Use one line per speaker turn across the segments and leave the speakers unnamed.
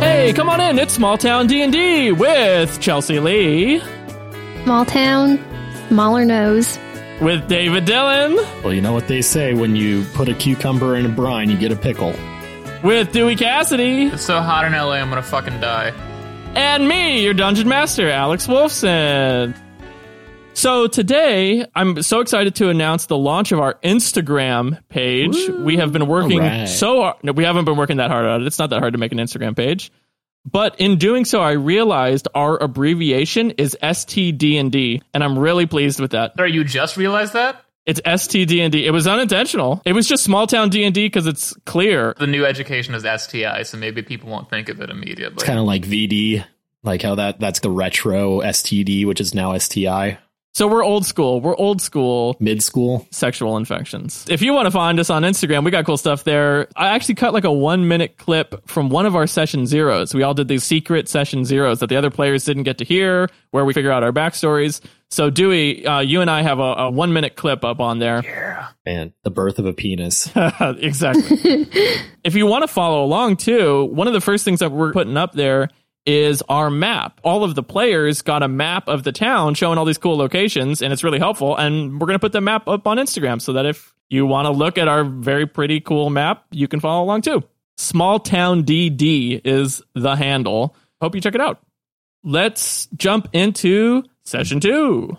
Hey, come on in. It's Small Town D&D with Chelsea Lee,
Small town, smaller nose.
with David Dillon,
Well, you know what they say when you put a cucumber in a brine, you get a pickle.
with Dewey Cassidy,
It's so hot in LA, I'm gonna fucking die.
and me, your Dungeon Master, Alex Wolfson. So today, I'm so excited to announce the launch of our Instagram page. we have been working
Alright.
so hard. No, we haven't been working that hard on it. It's not that hard to make an Instagram page. But in doing so, I realized our abbreviation is STD&D, and I'm really pleased with that.
Sorry, you just realized that?
It's STD&D. It was unintentional. It was just small town D&D because it's clear.
The new education is STI, so maybe people won't think of it immediately.
It's kind of like VD, like how that that's the retro STD, which is now STI,
So we're old school. We're old school
mid school.
sexual infections. If you want to find us on Instagram, we got cool stuff there. I actually cut like a one minute clip from one of our session zeros. We all did these secret session zeros that the other players didn't get to hear, where we figure out our backstories. So Dewey, uh, you and I have a, a one minute clip up on there.
Man, the birth of a penis.
exactly. if you want to follow along too, one of the first things that we're putting up there is our map. All of the players got a map of the town showing all these cool locations, and it's really helpful. And we're going to put the map up on Instagram so that if you want to look at our very pretty, cool map, you can follow along too. Small Town DD is the handle. Hope you check it out. Let's jump into session two.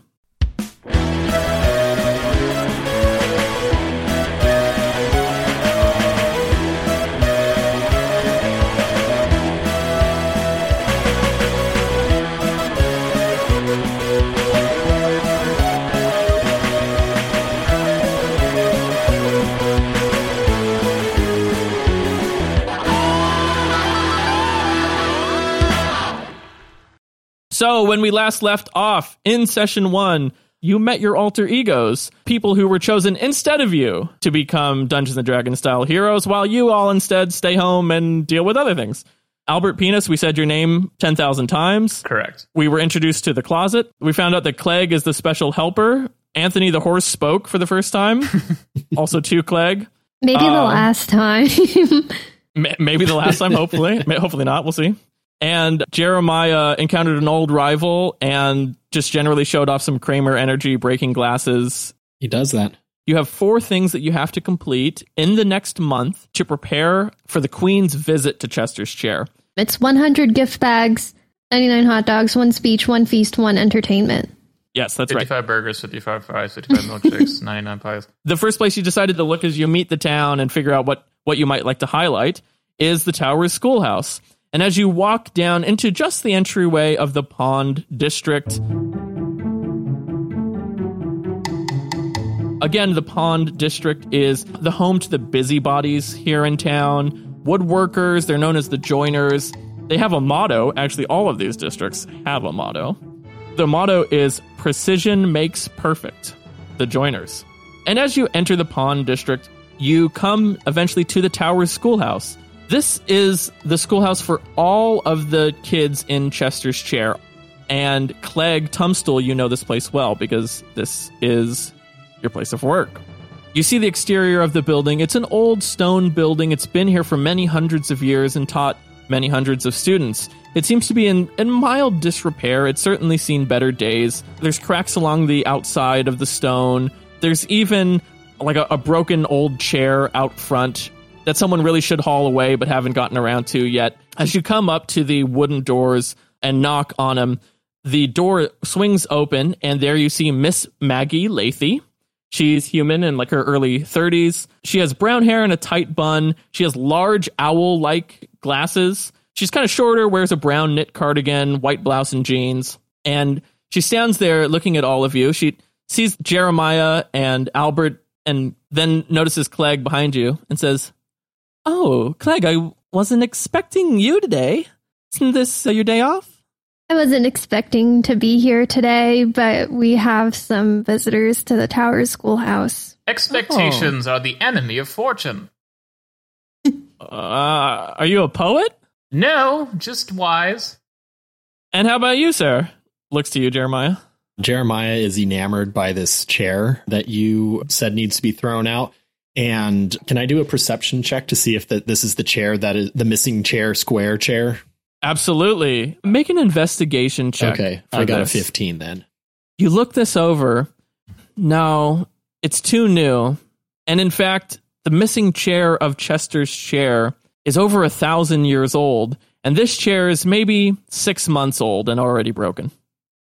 So, when we last left off in session one, you met your alter egos, people who were chosen instead of you to become Dungeons and Dragons style heroes, while you all instead stay home and deal with other things. Albert Penis, we said your name 10,000 times.
Correct.
We were introduced to the closet. We found out that Clegg is the special helper. Anthony the horse spoke for the first time, also to Clegg.
Maybe the last time.
M- maybe the last time hopefully Ma- hopefully not we'll see and jeremiah encountered an old rival and just generally showed off some kramer energy breaking glasses
he does that.
you have four things that you have to complete in the next month to prepare for the queen's visit to chester's chair
it's 100 gift bags, 99 hot dogs, one speech, one feast, one entertainment.
yes that's right
55 burgers, 55 fries, 55 milkshakes, 99 pies.
the first place you decided to look as you meet the town and figure out what, what you might like to highlight is the tower's schoolhouse. And as you walk down into just the entryway of the pond district, again, the pond district is the home to the busybodies here in town. Woodworkers, they're known as the joiners. They have a motto. Actually, all of these districts have a motto. The motto is Precision Makes Perfect, the Joiners. And as you enter the Pond District, you come eventually to the Towers Schoolhouse. This is the schoolhouse for all of the kids in Chester's Chair. And Clegg Tumstool, you know this place well because this is your place of work. You see the exterior of the building. It's an old stone building. It's been here for many hundreds of years and taught many hundreds of students. It seems to be in, in mild disrepair. It's certainly seen better days. There's cracks along the outside of the stone. There's even like a, a broken old chair out front that someone really should haul away but haven't gotten around to yet. As you come up to the wooden doors and knock on them, the door swings open, and there you see Miss Maggie Lathy. She's human in like her early 30s. She has brown hair and a tight bun. She has large owl like glasses. She's kind of shorter, wears a brown knit cardigan, white blouse, and jeans. And she stands there looking at all of you. She sees Jeremiah and Albert and then notices Clegg behind you and says, Oh, Clegg, I wasn't expecting you today. Isn't this uh, your day off?
I wasn't expecting to be here today, but we have some visitors to the Tower Schoolhouse.
Expectations
Oh.
are the enemy of fortune.
Uh, are you a poet?
No, just wise.
And how about you, sir? Looks to you, Jeremiah.
Jeremiah is enamored by this chair that you said needs to be thrown out. And can I do a perception check to see if that this is the chair that is the missing chair, square chair?
Absolutely. Make an investigation check.
Okay,
for
I got a
this.
15 then.
You look this over. No, it's too new. And in fact, the missing chair of Chester's chair is over a thousand years old. And this chair is maybe six months old and already broken.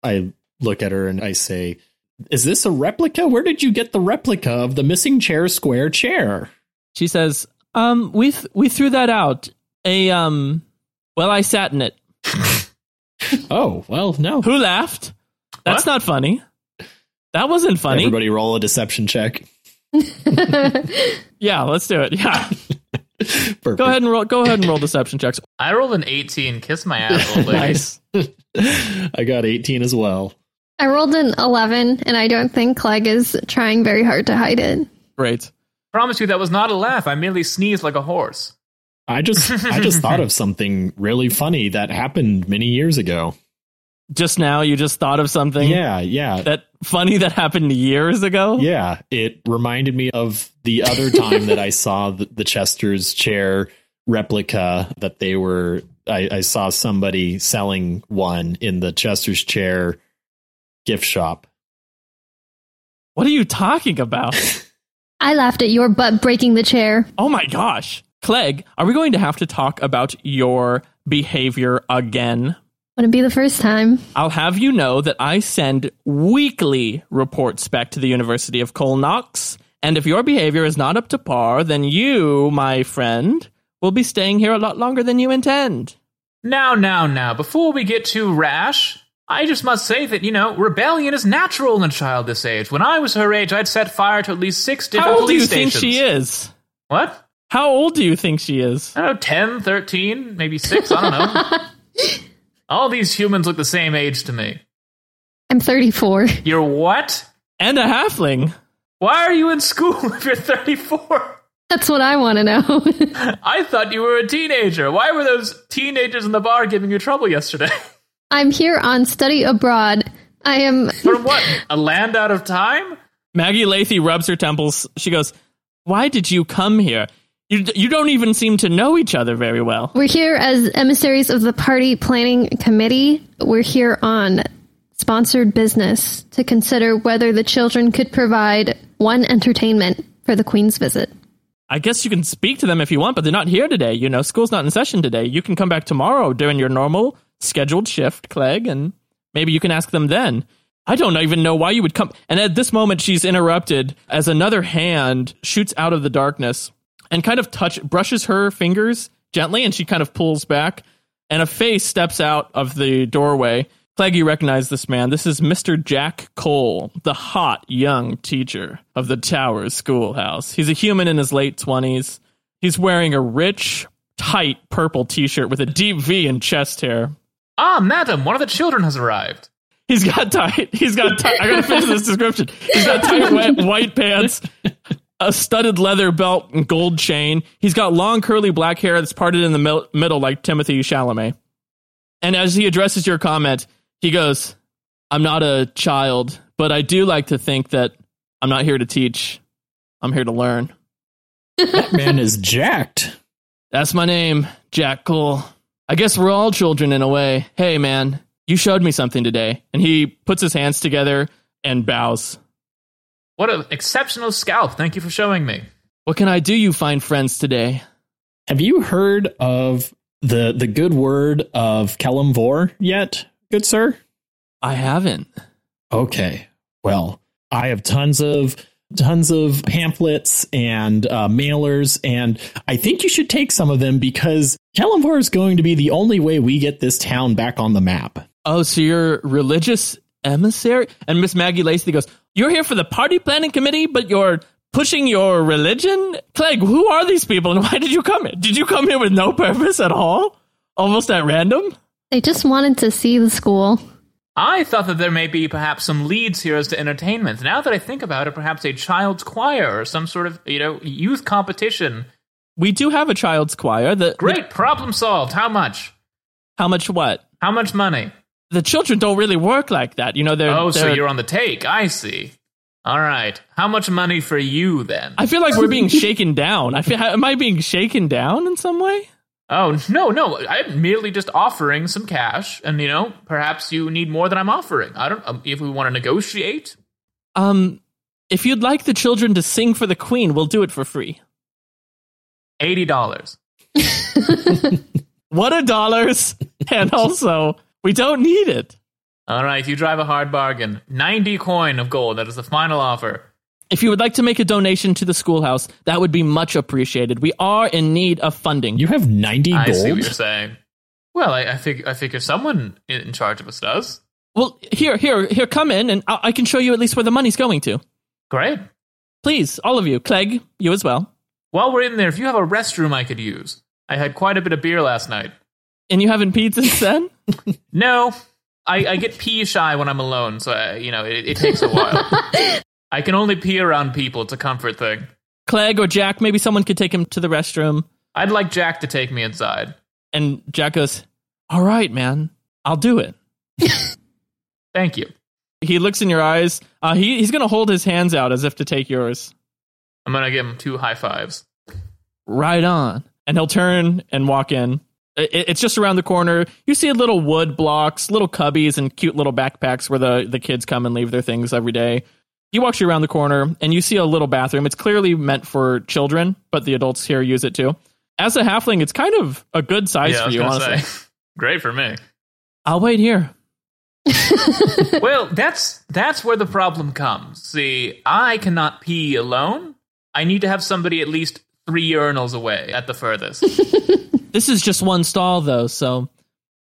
I look at her and I say, Is this a replica? Where did you get the replica of the missing chair square chair?
She says, "Um, we th- we threw that out. A um, well, I sat in it.
Oh, well, no.
Who laughed? That's
What?
not funny. That wasn't funny.
Everybody roll a deception check.
Yeah, let's do it. Yeah,
Perfect.
go ahead and roll. Go ahead and roll deception checks.
I rolled an 18. Kiss my ass, old lady.
Nice.
I got 18 as well.
I rolled an 11, and I don't think Clegg is trying very hard to hide it.
Great.
Promise you that was not a laugh. I merely sneezed like a horse.
I just I just thought of something really funny that happened many years ago.
Just now, you just thought of something
Yeah, yeah.
that funny that happened years ago.
Yeah, it reminded me of the other time that I saw the, the Chester's chair replica that they were. I, I saw somebody selling one in the Chester's chair gift shop.
What are you talking about?
I laughed at your butt breaking the chair.
Oh my gosh, Clegg, are we going to have to talk about your behavior again?
Wouldn't be the first time.
I'll have you know that I send weekly reports back to the University of Colnox, and if your behavior is not up to par, then you, my friend, will be staying here a lot longer than you intend.
Now, now, now, before we get too rash, I just must say that, you know, rebellion is natural in a child this age. When I was her age, I'd set fire to at least six different
How old do
police
you think
stations.
she is?
What?
How old do you think she is?
I don't know, 10, 13, maybe 6, I don't know. All these humans look the same age to me.
I'm 34.
You're what?
And a halfling.
Why are you in school if you're 34?
That's what I want to know.
I thought you were a teenager. Why were those teenagers in the bar giving you trouble yesterday?
I'm here on study abroad. I am.
From what? A land out of time?
Maggie Lathy rubs her temples. She goes, Why did you come here? You, you don't even seem to know each other very well.
We're here as emissaries of the party planning committee. We're here on sponsored business to consider whether the children could provide one entertainment for the Queen's visit.
I guess you can speak to them if you want, but they're not here today. You know, school's not in session today. You can come back tomorrow during your normal scheduled shift, Clegg, and maybe you can ask them then. I don't even know why you would come. And at this moment, she's interrupted as another hand shoots out of the darkness and kind of touch brushes her fingers gently, and she kind of pulls back, and a face steps out of the doorway. Clegg, you recognize this man. This is Mr. Jack Cole, the hot young teacher of the Towers Schoolhouse. He's a human in his late 20s. He's wearing a rich, tight purple t shirt with a deep V in chest hair.
Ah, madam, one of the children has arrived.
He's got tight. He's got tight. I gotta finish this description. He's got tight wet, white pants, a studded leather belt, and gold chain. He's got long curly black hair that's parted in the mil- middle like Timothy Chalamet. And as he addresses your comment, he goes, "I'm not a child, but I do like to think that I'm not here to teach. I'm here to learn.
That man is jacked.
That's my name, Jack Cole. I guess we're all children in a way. Hey, man, you showed me something today." And he puts his hands together and bows.
What an exceptional scalp. Thank you for showing me.
What can I do, you fine friends, today?
Have you heard of the the good word of Kellum Vor yet, good sir?
I haven't.
Okay. Well, I have tons of tons of pamphlets and uh, mailers, and I think you should take some of them because Kalimvor is going to be the only way we get this town back on the map.
Oh, so you're religious emissary? And Miss Maggie Lacey goes, You're here for the party planning committee, but you're pushing your religion? Clegg, who are these people and why did you come here? Did you come here with no purpose at all? Almost at random?
They just wanted to see the school.
I thought that there may be perhaps some leads here as to entertainment. Now that I think about it, perhaps a child's choir or some sort of, you know, youth competition.
We do have a child's choir. The,
Great, problem solved. How much?
how much what?
How much money?
The children don't really work like that. You know, they're.
Oh, so
they're-
you're on the take. I see. All right. How much money for you then?
I feel like we're being shaken down. I feel, am I being shaken down in some way?
Oh, no, no. I'm merely just offering some cash, and, you know, perhaps you need more than I'm offering. I don't, um, if we want to negotiate.
Um, if you'd like the children to sing for the queen, we'll do it for free.
$80.
What a dollars! and also, we don't need it.
All right, you drive a hard bargain. 90 coin of gold. That is the final offer.
If you would like to make a donation to the schoolhouse, that would be much appreciated. We are in need of funding.
You have 90
I see what you're
gold?
saying. Well, I, I, fig- I figure someone in in charge of us does.
well, here, here, here, come in, and I-, I can show you at least where the money's going to.
Great.
Please, all of you, Clegg, you as well.
While we're in there, if you have a restroom I could use. I had quite a bit of beer last night.
And you haven't peed since then?
No, I, I get pee shy when I'm alone, so I, you know it, it takes a while. I can only pee around people; it's a comfort thing.
Clegg or Jack, maybe someone could take him to the restroom.
I'd like Jack to take me inside.
And Jack goes, All right, man, I'll do it.
Thank you.
He looks in your eyes. Uh, he, he's going to hold his hands out as if to take yours.
I'm gonna give him two high fives.
right on. And he'll turn and walk in. I- I- It's just around the corner. You see little wood blocks, little cubbies, and cute little backpacks where the, the kids come and leave their things every day. He walks you around the corner, and you see a little bathroom. It's clearly meant for children, but the adults here use it too. As a halfling, it's kind of a good size
yeah, I
for
was
you,
gonna
honestly.
say. Great for me.
I'll wait here.
well, that's that's where the problem comes. See, I cannot pee alone. I need to have somebody at least three urinals away at the furthest.
This is just one stall, though, so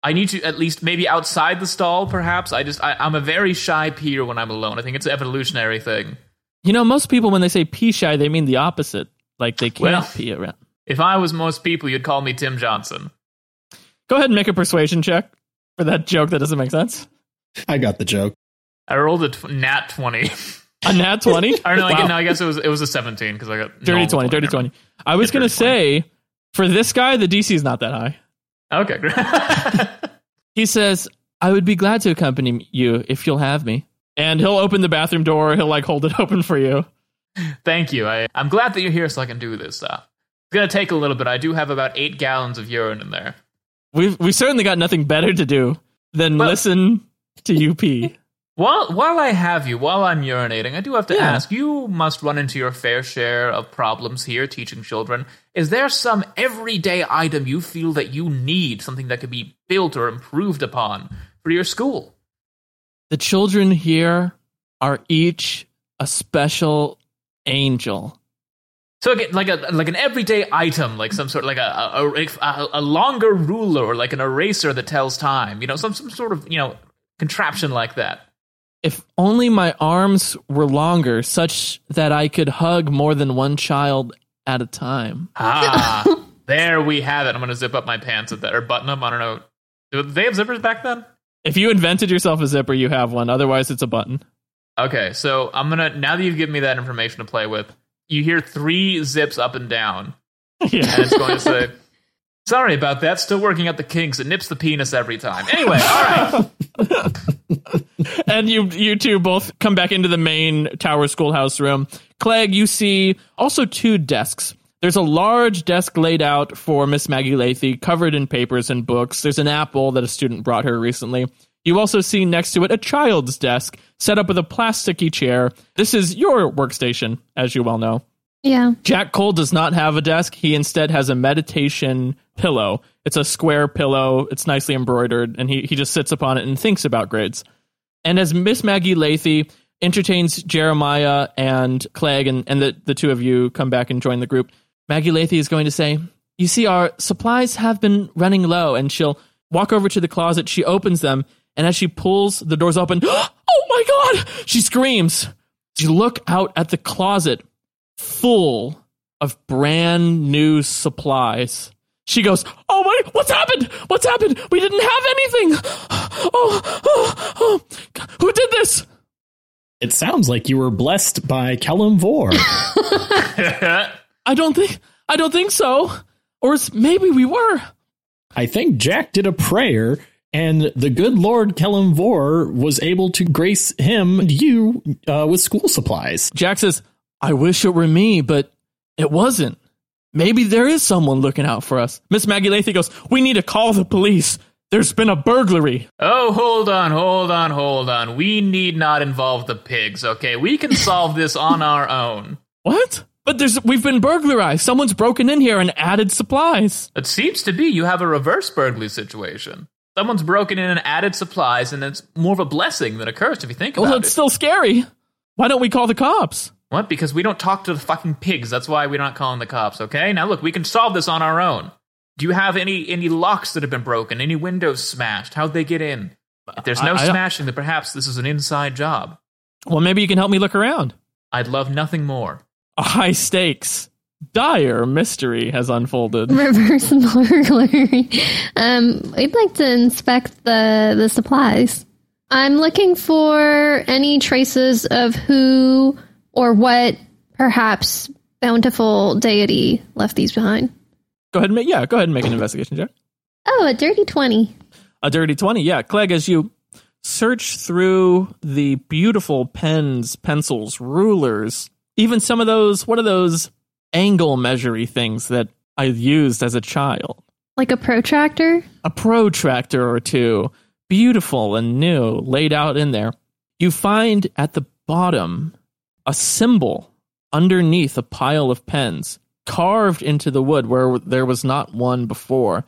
I need to at least maybe outside the stall, perhaps. I just I, I'm a very shy peer when I'm alone. I think it's an evolutionary thing.
you know, most people when they say pee shy, they mean the opposite. Like they can't
Well-
pee around.
If I was most people, you'd call me Tim Johnson.
Go ahead and make a persuasion check for that joke that doesn't make sense.
I got the joke.
I rolled a tw- nat twenty.
A nat 20?
or no, I
Wow.
gue- no, I guess it was it was a seventeen because I got
Dirty
normal
20, dirty 20. I was going to
dirty 20.
say, for this guy, the DC is not that high.
Okay, great.
He says, I would be glad to accompany you if you'll have me. And he'll open the bathroom door. He'll like hold it open for you.
Thank you. I I'm glad that you're here so I can do this stuff. It's gonna take a little bit. I do have about eight gallons of urine in there.
We've, we've certainly got nothing better to do than
Well-
listen to you pee.
While while I have you, while I'm urinating, I do have to
Yeah.
ask. You must run into your fair share of problems here teaching children. Is there some everyday item you feel that you need, something that could be built or improved upon for your school?
The children here are each a special angel.
So again, like a like an everyday item, like some sort like a a, a a longer ruler or like an eraser that tells time. You know, some some sort of you know contraption like that.
If only my arms were longer, such that I could hug more than one child at a time.
Ah, there we have it. I'm gonna zip up my pants at that or button them. I don't know. Did they have zippers back then?
If you invented yourself a zipper, you have one. Otherwise, it's a button.
Okay, so I'm gonna now that you've given me that information to play with, you hear three zips up and down,
Yeah.
and it's going to say, "Sorry about that. Still working out the kinks. It nips the penis every time." Anyway, all right.
and you you two both come back into the main tower schoolhouse room. Clegg, you see also two desks. There's a large desk laid out for Miss Maggie Lathy, covered in papers and books. There's an apple that a student brought her recently. You also see next to it a child's desk set up with a plasticky chair. This is your workstation, as you well know.
yeah.
Jack Cole does not have a desk. He instead has a meditation pillow. It's a square pillow. It's nicely embroidered, and he, he just sits upon it and thinks about grades. And as Miss Maggie Lathy entertains Jeremiah and Clegg, and, and the, the two of you come back and join the group, Maggie Lathy is going to say, You see, our supplies have been running low. And she'll walk over to the closet. She opens them, and as she pulls the doors open, Oh my God! She screams. You look out at the closet full of brand new supplies. She goes, Oh my, what's happened? What's happened? We didn't have anything. Oh, oh, oh. who did this?
It sounds like you were blessed by Kellum Vor.
I don't think, I don't think so. Or s- maybe we were.
I think Jack did a prayer, and the good Lord Kellum Vor was able to grace him and you uh, with school supplies.
Jack says, I wish it were me, but it wasn't. Maybe there is someone looking out for us. Miss Maggie Lathy goes, We need to call the police. There's been a burglary.
Oh, hold on, hold on, hold on. We need not involve the pigs, okay? We can solve this on our own.
What? But there's we've been burglarized. Someone's broken in here and added supplies.
It seems to be you have a reverse burglary situation. Someone's broken in and added supplies, and it's more of a blessing than a curse if you think about
Well, it's
it.
still scary. Why don't we call the cops?
what? Because we don't talk to the fucking pigs. That's why we're not calling the cops, okay? Now look, we can solve this on our own. Do you have any any locks that have been broken? Any windows smashed? How'd they get in? If there's no
I- I-
smashing, then perhaps this is an inside job.
Well, maybe you can help me look around.
I'd love nothing more.
A high stakes, dire mystery has unfolded.
Reverse burglary. Um, we'd like to inspect the the supplies. I'm looking for any traces of who or what perhaps bountiful deity left these behind.
Go ahead and make yeah, go ahead and make an investigation check.
Oh, a dirty twenty.
A dirty 20. Yeah, Clegg, as you search through the beautiful pens, pencils, rulers, even some of those, what are those angle measury things that I used as a child?
Like a protractor?
A protractor or two, beautiful and new, laid out in there. You find at the bottom a symbol underneath a pile of pens carved into the wood where there was not one before.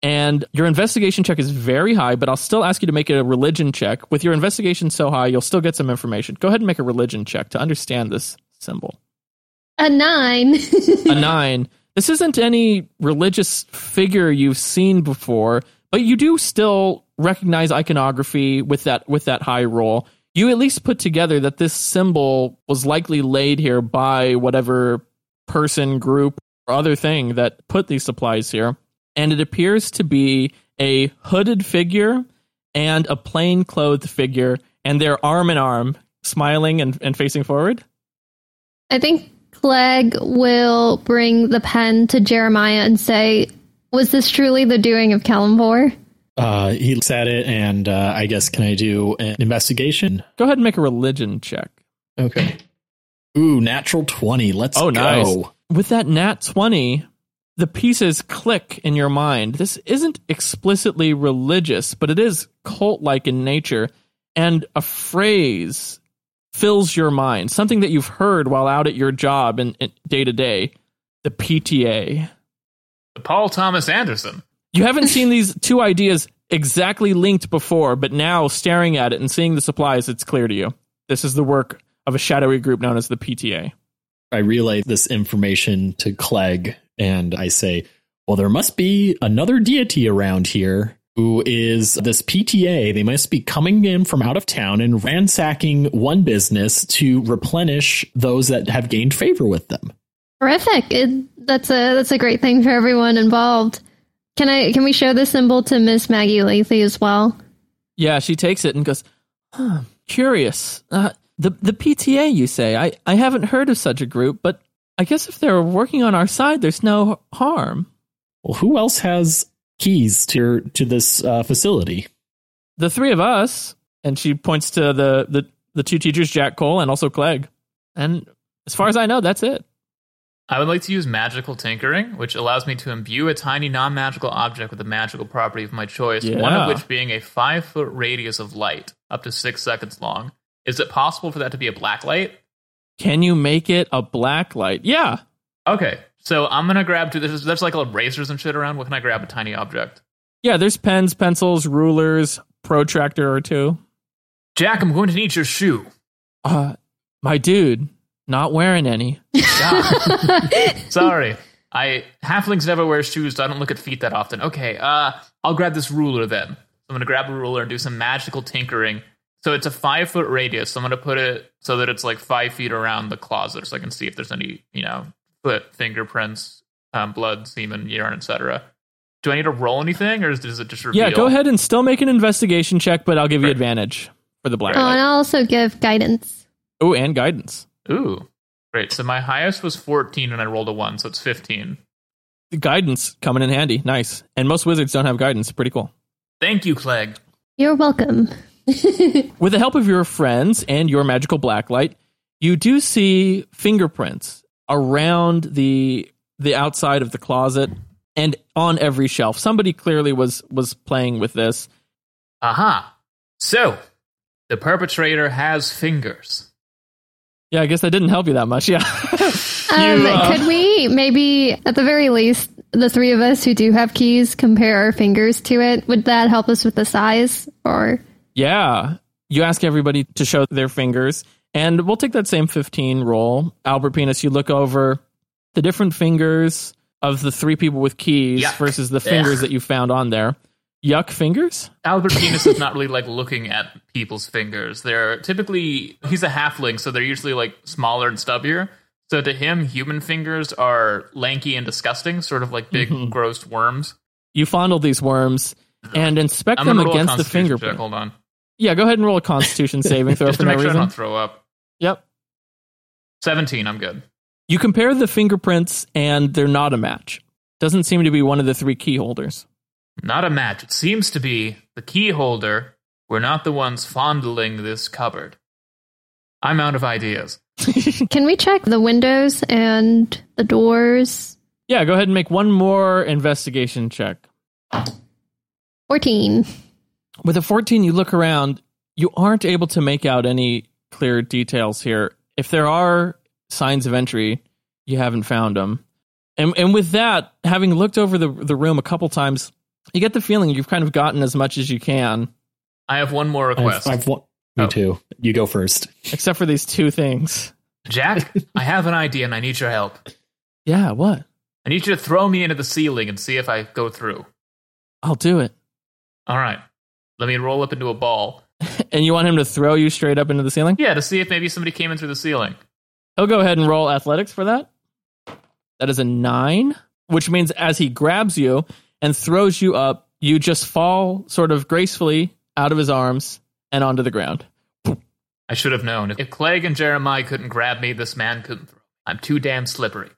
And your investigation check is very high, but I'll still ask you to make a religion check. With your investigation so high, you'll still get some information. Go ahead and make a religion check to understand this symbol.
A nine.
A nine. This isn't any religious figure you've seen before, but you do still recognize iconography with that with that high roll. You at least put together that this symbol was likely laid here by whatever person, group, or other thing that put these supplies here. And it appears to be a hooded figure and a plain clothed figure, and they're arm in arm, smiling and, and facing forward.
I think Clegg will bring the pen to Jeremiah and say, Was this truly the doing of Kalimbor?
Uh, he looks at it, and uh, I guess can I do an investigation?
Go ahead and make a religion check.
Okay. Ooh, natural twenty. Let's
Oh,
go.
nice. With that nat 20, the pieces click in your mind. This isn't explicitly religious, but it is cult like in nature. And a phrase fills your mind, something that you've heard while out at your job and and day to day the PTA.
Paul Thomas Anderson.
You haven't seen these two ideas exactly linked before, but now staring at it and seeing the supplies, it's clear to you. This is the work of a shadowy group known as the PTA.
I relay this information to Clegg, and I say, "Well, there must be another deity around here." Who is this PTA? They must be coming in from out of town and ransacking one business to replenish those that have gained favor with them.
Terrific. It, that's a that's a great thing for everyone involved. Can I can we show this symbol to Miss Maggie Lathy as well?
Yeah, she takes it and goes, huh, curious. Uh, the the PTA, you say? I, I haven't heard of such a group, but I guess if they're working on our side, there's no harm.
Well, who else has keys to to this uh, facility?
The three of us, and she points to the, the, the two teachers, Jack Cole and also Clegg. And as far as I know, that's it.
I would like to use magical tinkering, which allows me to imbue a tiny non magical object with a magical property of my choice, one
Yeah.
of which being a five foot radius of light, up to six seconds long. Is it possible for that to be a black light?
Can you make it a black light? Yeah.
Okay, so I'm gonna grab two. There's, there's like little razors and shit around. What can I grab? A tiny object.
Yeah, there's pens, pencils, rulers, protractor or two.
Jack, I'm going to need your shoe.
Uh my dude, not wearing any.
Sorry. I halflings never wear shoes, so I don't look at feet that often. Okay, uh, I'll grab this ruler then. I'm gonna grab a ruler and do some magical tinkering. So it's a five foot radius. So I'm gonna put it so that it's like five feet around the closet, so I can see if there's any, you know, foot fingerprints, um, blood, semen, urine, etc. Do I need to roll anything, or is- does it just reveal?
Yeah, go ahead and still make an investigation check, but I'll give you advantage for the black
Oh,
light.
and I'll also give guidance.
Oh, and guidance.
Ooh, great. So my highest was 14, and I rolled a one, so it's 15.
The guidance coming in handy. Nice. And most wizards don't have guidance. Pretty cool.
Thank you, Clegg.
You're welcome.
With the help of your friends and your magical blacklight, you do see fingerprints around the the outside of the closet and on every shelf. Somebody clearly was was playing with this.
Aha. So, the perpetrator has fingers.
Yeah, I guess that didn't help you that much. Yeah.
Um,
You, uh,
could we maybe, at the very least, the three of us who do have keys compare our fingers to it? Would that help us with the size? Or
Yeah. You ask everybody to show their fingers, and we'll take that same 15 roll. Albert Penis, you look over the different fingers of the three people with keys
Yuck.
versus the fingers
Ugh.
that you found on there. Yuck fingers?
Albert Penis is not really like looking at people's fingers. They're typically, he's a halfling, so they're usually like smaller and stubbier. So, to him, human fingers are lanky and disgusting, sort of like big,
Mm-hmm.
gross worms.
You fondle these worms and inspect
I'm
them
gonna roll a
against the
constitution check.
fingerprint.
Hold on.
Yeah, go ahead and roll a constitution saving throw
Just
for no
to make sure I
reason.
don't throw up.
Yep.
17, I'm good.
You compare the fingerprints, and they're not a match. Doesn't seem to be one of the three key holders.
Not a match. It seems to be the key holder. We're not the ones fondling this cupboard. I'm out of ideas.
can we check the windows and the doors?
Yeah, go ahead and make one more investigation check.
14.
With a 14, you look around, you aren't able to make out any clear details here. If there are signs of entry, you haven't found them. And, and with that, having looked over the, the room a couple times, you get the feeling you've kind of gotten as much as you can,
I have one more
I've,
request.
I've won- me
Oh.
too. You go first.
except for these two things.
Jack, I have an idea and I need your help.
Yeah, what?
I need you to throw me into the ceiling and see if I go through.
I'll do it.
All right. Let me roll up into a ball.
And you want him to throw you straight up into the ceiling?
Yeah, to see if maybe somebody came in through the ceiling.
He'll go ahead and roll athletics for that. That is a nine, which means as he grabs you and throws you up, you just fall sort of gracefully out of his arms and onto the ground.
I should have known. If Clegg and Jeremiah couldn't grab me, this man couldn't throw. me. I'm too damn slippery.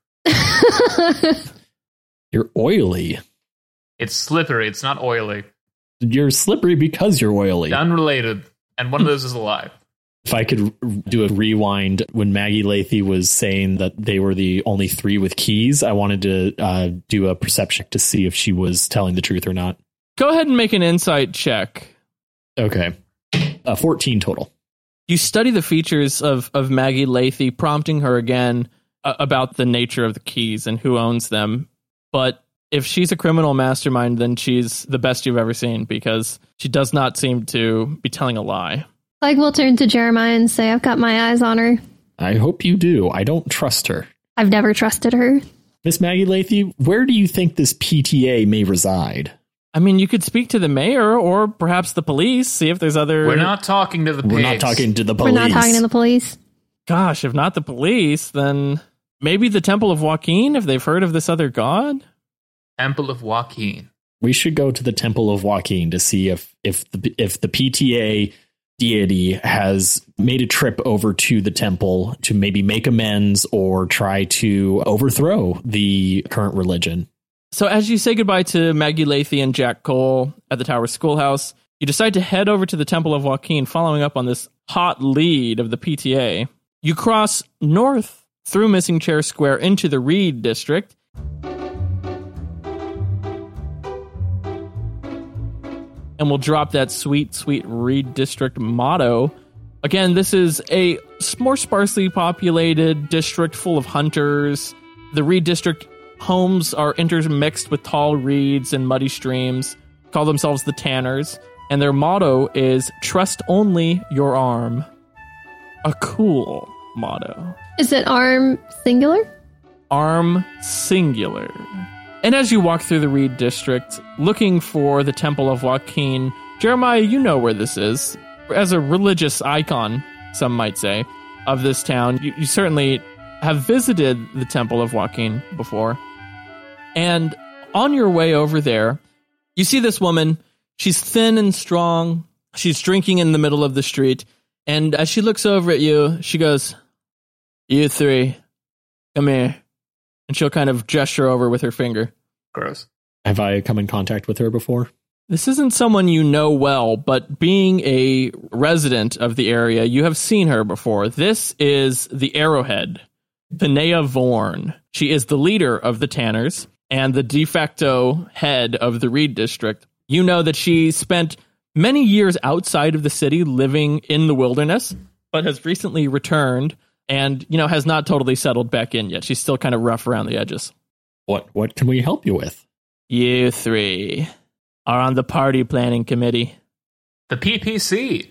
You're oily.
It's slippery, it's not oily.
You're slippery because you're oily.
Unrelated. And one of those is alive.
If I could r- do a rewind when Maggie Lathy was saying that they were the only three with keys, I wanted to uh, do a perception to see if she was telling the truth or not.
Go ahead and make an insight check.
Okay. Uh, 14 total.
You study the features of, of Maggie Lathy, prompting her again uh, about the nature of the keys and who owns them. But if she's a criminal mastermind, then she's the best you've ever seen because she does not seem to be telling a lie.
Like, we'll turn to Jeremiah and say, I've got my eyes on her.
I hope you do. I don't trust her.
I've never trusted her.
Miss Maggie Lathy, where do you think this PTA may reside?
I mean, you could speak to the mayor or perhaps the police, see if there's other.
We're not talking to the pigs.
We're not talking to the police.
We're not talking to the police.
Gosh, if not the police, then maybe the Temple of Joaquin, if they've heard of this other god?
Temple of Joaquin.
we should go to the Temple of Joaquin to see if if the if the PTA deity has made a trip over to the temple to maybe make amends or try to overthrow the current religion.
So, as you say goodbye to Maggie Lathy and Jack Cole at the Tower Schoolhouse, you decide to head over to the Temple of Joaquin, following up on this hot lead of the PTA. You cross north through Missing Chair Square into the Reed District. And we'll drop that sweet, sweet Reed District motto. Again, this is a s- more sparsely populated district full of hunters. The Reed District homes are intermixed with tall reeds and muddy streams, call themselves the Tanners, and their motto is Trust Only Your Arm. A cool motto.
Is it arm singular?
Arm singular. And as you walk through the Reed District, looking for the Temple of Joaquin, Jeremiah, you know where this is. As a religious icon, some might say, of this town, you, you certainly have visited the Temple of Joaquin before. And on your way over there, you see this woman. She's thin and strong. She's drinking in the middle of the street. And as she looks over at you, she goes, You three, come here. And she'll kind of gesture over with her finger.
Gross.
Have I come in contact with her before?
This isn't someone you know well, but being a resident of the area, you have seen her before. This is the Arrowhead, Pinea Vorn. She is the leader of the Tanners and the de facto head of the Reed District. You know that she spent many years outside of the city living in the wilderness, but has recently returned and, you know, has not totally settled back in yet. She's still kind of rough around the edges.
What what can we help you with?
You three are on the party planning committee.
The PPC.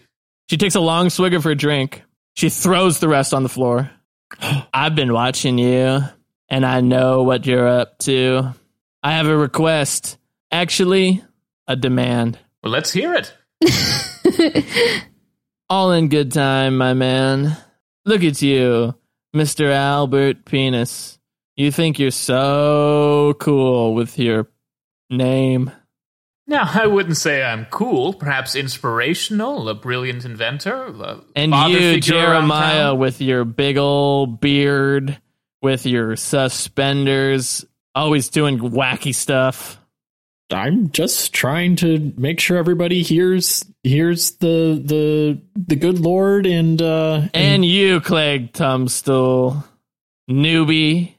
She takes a long swig of her drink. She throws the rest on the floor. I've been watching you, and I know what you're up to. I have a request. Actually, a demand.
Well, let's hear it.
All in good time, my man. Look at you, Mr. Albert Penis. You think you're so cool with your name.
Now, I wouldn't say I'm cool, perhaps inspirational, a brilliant inventor, a
And
father
you,
figure around
Jeremiah,
town.
with your big old beard, with your suspenders, always doing wacky stuff.
I'm just trying to make sure everybody hears hears the the the good Lord and uh
And you, Clegg Tumstool, newbie,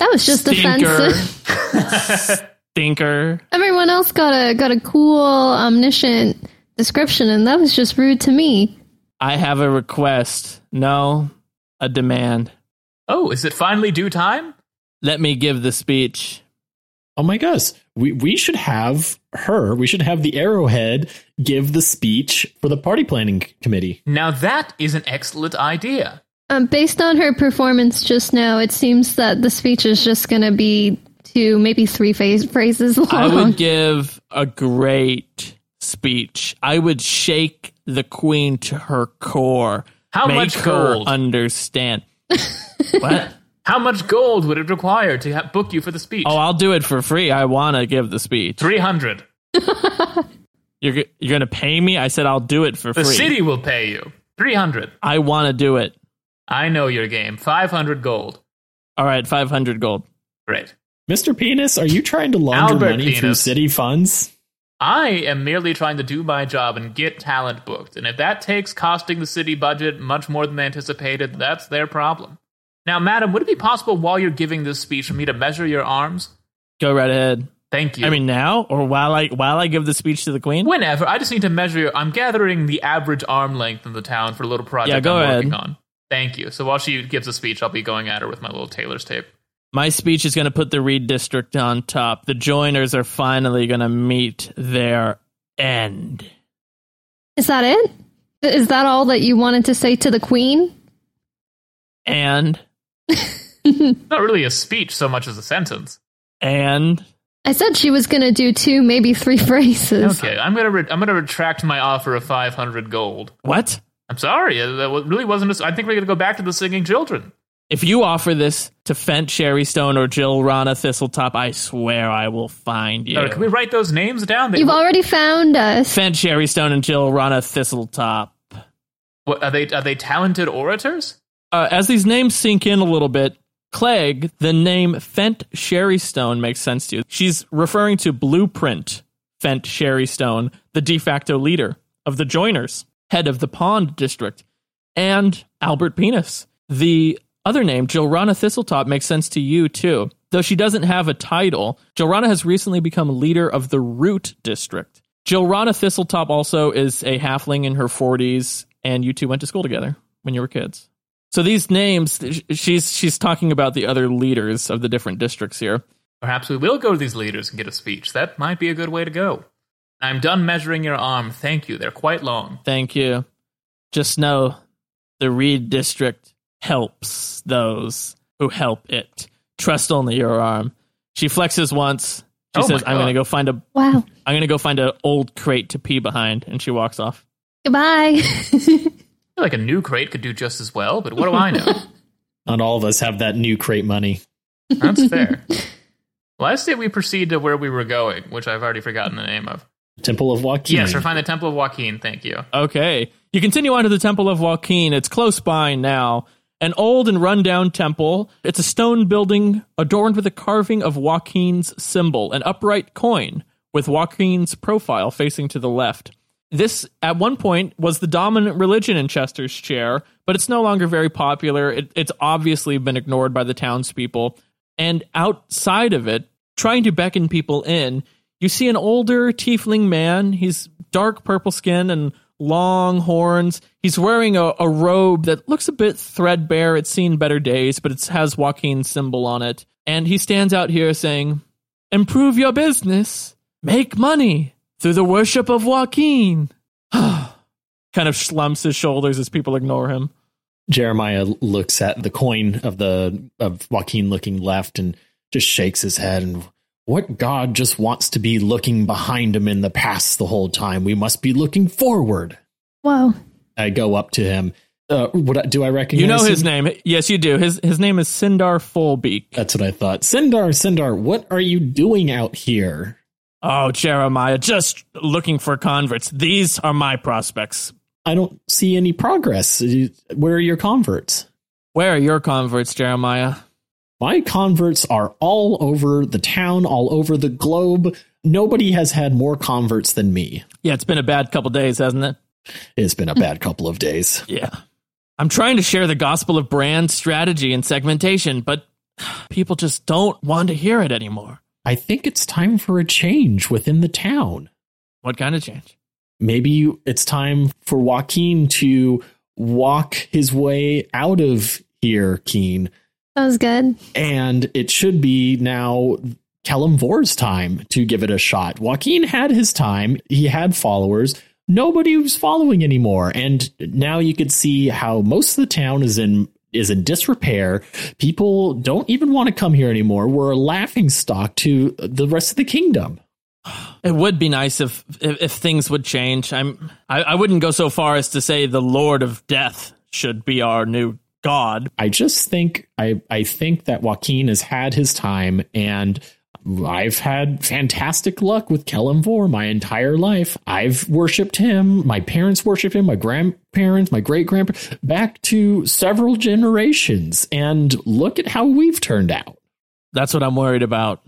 That was just
stinker,
offensive.
stinker.
Everyone else got a got a cool omniscient description, and that was just rude to me.
I have a request. No, a demand.
Oh, is it finally due time?
Let me give the speech.
Oh my gosh, we we should have her. We should have the Arrowhead give the speech for the party planning committee.
Now, that is an excellent idea.
Um, based on her performance just now, it seems that the speech is just going to be two, maybe three phase, phrases long.
I would give a great speech. I would shake the queen to her core.
How
make
much
her
gold?
understand. what?
How much gold would it require to ha- book you for the speech?
Oh, I'll do it for free. I want to give the speech.
300.
You're g- you're gonna pay me? I said I'll do it for
The
free.
city will pay you. 300.
I want to do it.
I know your game. 500 gold.
All right, five hundred gold.
Great.
Mr. Penis, are you trying to launder
Albert
money
Penis.
through city funds?
I am merely trying to do my job and get talent booked. And if that takes costing the city budget much more than they anticipated, that's their problem. Now, madam, would it be possible while you're giving this speech for me to measure your arms?
Go right ahead.
Thank you.
I mean, now or while I while I give the speech to the queen.
whenever. I just need to measure your. I'm gathering the average arm length in the town for a little project
Yeah, go
I'm
ahead.
working on. Thank you. So while she gives a speech, I'll be going at her with my little tailor's tape.
My speech is going to put the Reed District on top. The joiners are finally going to meet their end.
Is that it? Is that all that you wanted to say to the queen?
And
Not really a speech so much as a sentence.
and
I said she was going to do two, maybe three phrases.
Okay, I'm gonna re- I'm gonna retract my offer of 500 gold.
what?
I'm sorry, uh, that wa- really wasn't. A, s- I think we're gonna go back to the singing children.
If you offer this to Fent Sherry Stone or Jill Rana Thistletop, I swear I will find you.
Or Uh, can we write those names down? They,
You've already found us.
Fent Sherry Stone and Jill Rana Thistletop.
what, are they are they talented orators?
Uh, as these names sink in a little bit, Clegg, the name Fent Sherry Stone makes sense to you. She's referring to Blueprint Fent Sherry Stone, the de facto leader of the Joiners, head of the Pond District, and Albert Penis. The other name, Jorana Thistletop, makes sense to you too. Though she doesn't have a title, Jorana has recently become leader of the Root District. Jorana Thistletop also is a halfling in her 40s, and you two went to school together when you were kids. So these names, sh- she's she's talking about the other leaders of the different districts here.
Perhaps we will go to these leaders and get a speech. That might be a good way to go. I'm done measuring your arm. Thank you. They're quite long.
Thank you. Just know the Reed district helps those who help it. Trust only your arm. She flexes once. She
Oh my
says, "I'm
God.
going to go find a
Wow.
I'm going to go find an old crate to pee behind," and she walks off.
Goodbye.
I feel like a new crate could do just as well, but what do I know?
Not all of us have that new crate money.
That's fair. Well, I say we proceed to where we were going, which I've already forgotten the name of.
Temple of Joaquin.
Yes, or find the Temple of Joaquin. Thank you.
Okay. You continue on to the Temple of Joaquin. It's close by now. An old and rundown temple. It's a stone building adorned with a carving of Joaquin's symbol, an upright coin with Joaquin's profile facing to the left. This, at one point, was the dominant religion in Chester's chair, but it's no longer very popular. It, it's obviously been ignored by the townspeople. And outside of it, trying to beckon people in, you see an older tiefling man. He's dark purple skin and long horns. He's wearing a, a robe that looks a bit threadbare. It's seen better days, but it has Joaquin's symbol on it. And he stands out here saying, Improve your business, make money through the worship of Joaquin. kind of slumps his shoulders as people ignore him.
Jeremiah looks at the coin of the of Joaquin looking left and just shakes his head and what god just wants to be looking behind him in the past the whole time? We must be looking forward.
Whoa.
I go up to him. Uh, what I- do I recognize?
You know
him?
his name. Yes, you do. His his name is Sindar Fullbeak.
That's what I thought. Sindar, Sindar, what are you doing out here?
Oh, Jeremiah, just looking for converts. These are my prospects.
I don't see any progress. Where are your converts?
Where are your converts, Jeremiah?
My converts are all over the town, all over the globe. Nobody has had more converts than me.
Yeah, it's been a bad couple days, hasn't it?
It's been a bad couple of days.
Yeah. I'm trying to share the gospel of brand strategy and segmentation, but people just don't want to hear it anymore.
I think it's time for a change within the town.
What kind of change?
Maybe it's time for Joaquin to walk his way out of here, Keen.
That was good.
and it should be now Kellum Vor's time to give it a shot. Joaquin had his time, he had followers. Nobody was following anymore, and now you could see how most of the town is in is in disrepair. People don't even want to come here anymore. We're a laughing stock to the rest of the kingdom.
It would be nice if if, if things would change. I'm I, I wouldn't go so far as to say the Lord of Death should be our new god,
I just think I I think that Joaquin has had his time and I've had fantastic luck with Kellen Vor my entire life. I've worshipped him. My parents worshipped him. My grandparents, my great grandparents, back to several generations. And look at how we've turned out.
That's what I'm worried about.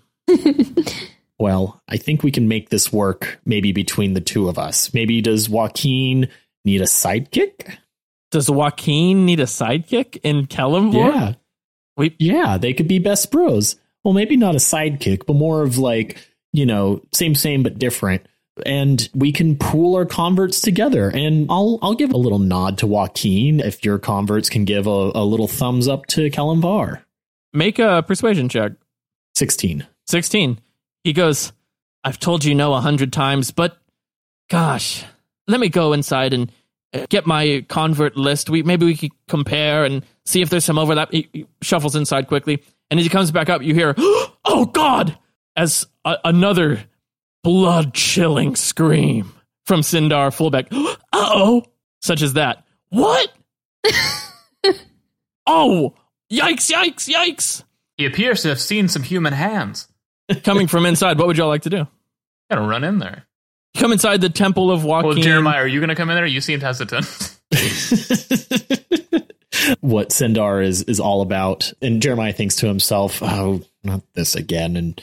Well, I think we can make this work. Maybe between the two of us. Maybe does Joaquin need a sidekick?
Does Joaquin need a sidekick in Kellamvor?
Yeah.
We-
yeah, they could be best bros. Well, maybe not a sidekick, but more of like, you know, same same but different. And we can pool our converts together. And I'll I'll give a little nod to Joaquin if your converts can give a, a little thumbs up to Kellen Var.
Make a persuasion check.
16.
16. He goes, I've told you no a hundred times, but gosh, let me go inside and uh, get my convert list. We Maybe we could compare and see if there's some overlap. He, he shuffles inside quickly. And as he comes back up, you hear, Oh God! As a, another blood chilling scream from Sindar Fullback. Uh oh! Such as that. What? oh! Yikes, yikes, yikes!
He appears to have seen some human hands.
Coming from inside, what would y'all like to do?
Gotta run in there.
come inside the temple of Joaquin.
Well, Jeremiah, are you gonna come in there? You seemed hesitant.
what Sindar is is all about. And Jeremiah thinks to himself, Oh, not this again. And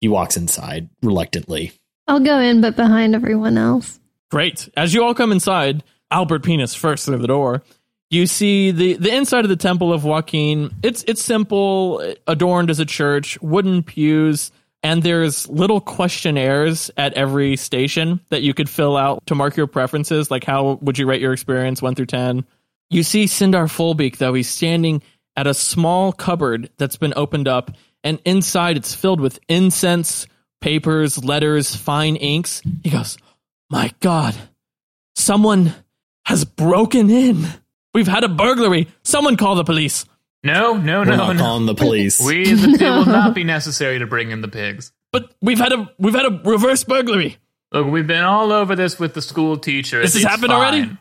he walks inside reluctantly.
I'll go in, but behind everyone else.
Great. As you all come inside, Albert Penis first through the door. You see the, the inside of the temple of Joaquin. It's it's simple, adorned as a church, wooden pews, and there's little questionnaires at every station that you could fill out to mark your preferences, like how would you rate your experience one through ten. You see Sindar Fullbeak though, he's standing at a small cupboard that's been opened up, and inside it's filled with incense, papers, letters, fine inks. He goes, my God, someone has broken in. We've had a burglary. Someone call the police.
No, Oh, no,
We're
no,
not
no.
calling the police.
We the, it will not be necessary to bring in the pigs.
But we've had a we've had a reverse burglary.
Look, we've been all over this with the school teacher.
This has
It's
happened
fine.
already?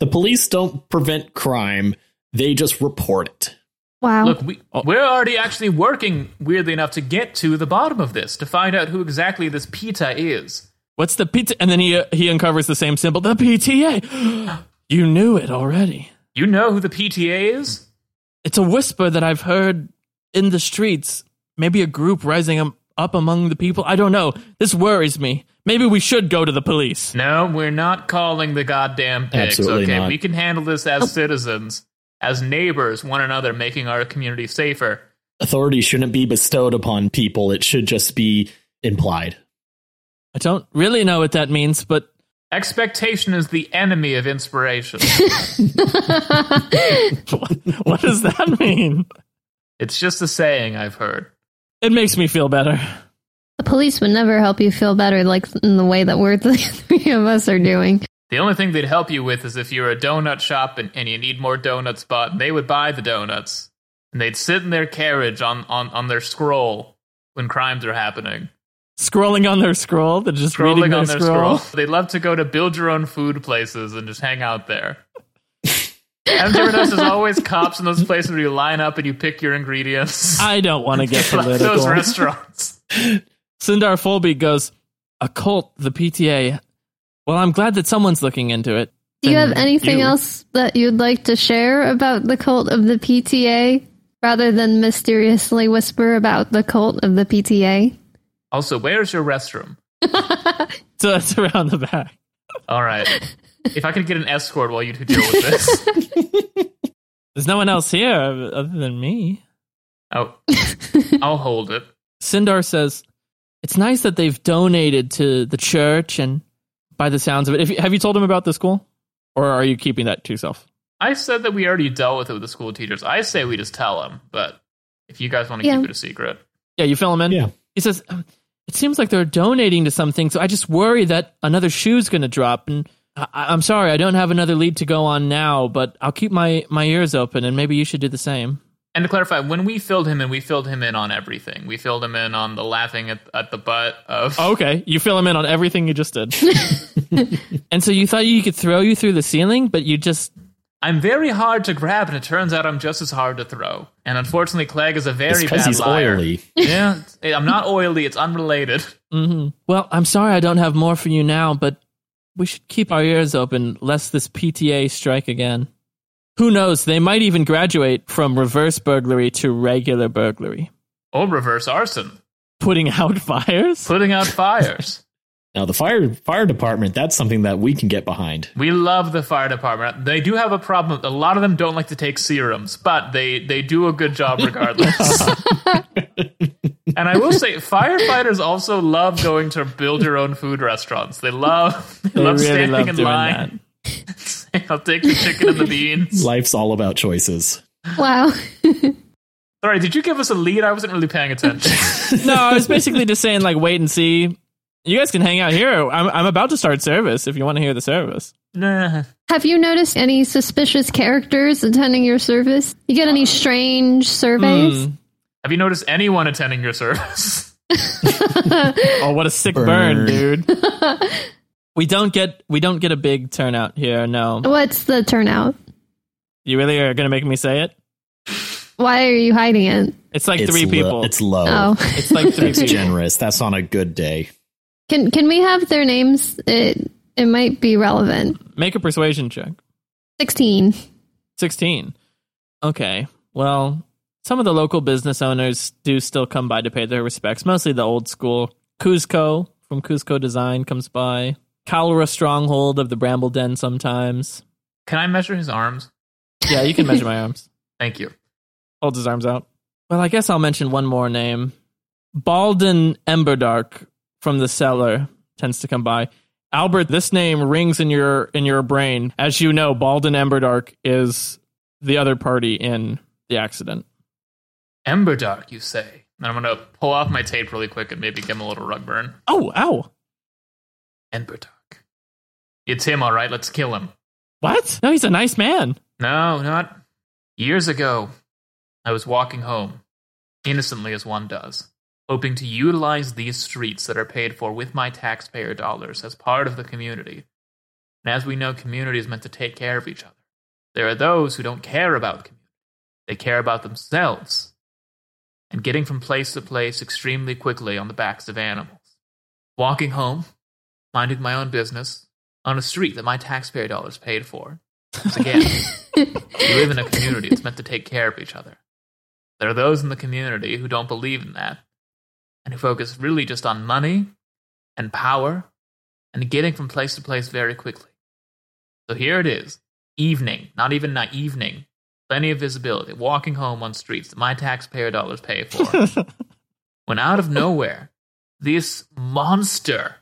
The police don't prevent crime, they just report it.
Oh.
Wow.
Look, we,
Oh.
we're already actually working, weirdly enough, to get to the bottom of this, to find out who exactly this PETA is.
What's the PT? And then he uh, he uncovers the same symbol, the PTA. you knew it already.
You know who the PTA is?
It's a whisper that I've heard in the streets. Maybe a group rising um, up among the people. I don't know. This worries me. Maybe we should go to the police.
No, we're not calling the goddamn pigs.
Absolutely
okay,
not.
we
Oh.
can handle this as citizens, as neighbors, one another, making our community safer.
authority shouldn't be bestowed upon people. It should just be implied.
I don't really know what that means, but
Expectation is the enemy of inspiration.
what does that mean?
it's just a saying I've heard.
It makes me feel better.
The police would never help you feel better, like in the way that we're the three of us are doing.
The only thing they'd help you with is if you're a donut shop and, and you need more donuts bought, and they would buy the donuts. And they'd sit in their carriage on, on, on their scroll when crimes are happening.
Scrolling on their scroll, they're just reading
Scrolling
their
on their
scroll.
scroll. They love to go to build your own food places and just hang out there. MJRNS is always cops in those places where you line up and you pick your ingredients.
I don't want to get
Like
political.
those restaurants.
Sindar Folby goes, a cult, the PTA. Well, I'm glad that someone's looking into it.
Do you
Then
have anything
you.
else that you'd like to share about the cult of the PTA rather than mysteriously whisper about the cult of the PTA?
Also, where's your restroom?
So it's around the back.
All right. If I could get an escort while you two deal with this.
There's no one else here other than me.
Oh, I'll hold it.
Sindar says, it's nice that they've donated to the church and by the sounds of it. If, you- have you told him about the school? Or are you keeping that to yourself?
I said that we already dealt with it with the school teachers. I say we just tell them, but if you guys want to
Yeah.
keep it a secret,
Yeah, you fill him in?
Yeah.
He says, "Um, it seems like they're donating to something, so I just worry that another shoe's going to drop. And I- I- I'm sorry, I don't have another lead to go on now, but I'll keep my, my ears open, and maybe you should do the same.
and to clarify, when we filled him in, we filled him in on everything. We filled him in on the laughing at, at the butt of.
Oh, Okay, you fill him in on everything you just did. and so you thought you could throw you through the ceiling, but you just
I'm very hard to grab, and it turns out I'm just as hard to throw. And unfortunately, Clegg is a
It's
very
because
bad
he's
liar.
oily.
Yeah, I'm not oily. It's unrelated.
mm-hmm. Well, I'm sorry I don't have more for you now, but we should keep our ears open lest this PTA strike again. Who knows? They might even graduate from reverse burglary to regular burglary.
Or reverse arson,
Putting out fires?
putting out fires.
Now the fire fire department, that's something that we can get behind.
We love the fire department. They do have a problem. A lot of them don't like to take serums, but they they do a good job regardless. and I will say, firefighters also love going to build your own food restaurants. They love they,
They
love
really
standing
love
in
doing
line. I'll take the chicken and the beans.
Life's all about choices.
Wow.
Sorry, did you give us a lead? I wasn't really paying attention.
no, I was basically just saying, like, wait and see. You guys can hang out here. I'm, I'm about to start service if you want to hear the service.
nah.
Have you noticed any suspicious characters attending your service? You get any strange surveys?
Hmm.
Have you noticed anyone attending your service?
Oh, what a sick burn,
Burn.
dude. we don't get we don't get a big turnout here, no.
What's the turnout?
You really are gonna make me say it?
Why are you hiding it?
It's like
It's
three
lo-
people.
It's low.
Oh,
It's like three
That's
people.
generous. That's on a good day.
can can we have their names? It it might be relevant.
Make a persuasion check.
Sixteen.
16. Okay. Well, some of the local business owners do still come by to pay their respects, mostly the old school. Cuzco from Cuzco Design comes by. Cholera Stronghold of the Bramble Den sometimes.
Can I measure his arms?
Yeah, you can measure my arms.
Thank you.
Holds his arms out. Well, I guess I'll mention one more name. Balden Emberdark from the cellar tends to come by. Albert, this name rings in your in your brain. As you know, Balden Emberdark is the other party in the accident.
Ember Dark, you say? And I'm gonna pull off my tape really quick and maybe give him a little rug burn.
Oh, ow.
Ember Dark. It's him, all right. Let's kill him.
What? No, he's a nice man.
No, not years ago. I was walking home, innocently as one does, hoping to utilize these streets that are paid for with my taxpayer dollars as part of the community. And as we know, community is meant to take care of each other. There are those who don't care about community. They care about themselves and getting from place to place extremely quickly on the backs of animals. Walking home, minding my own business, on a street that my taxpayer dollars paid for. Once again, we live in a community. It's meant to take care of each other. There are those in the community who don't believe in that and who focus really just on money and power and getting from place to place very quickly. So here it is evening, not even night, evening, plenty of visibility, walking home on streets that my taxpayer dollars pay for. when out of nowhere, this monster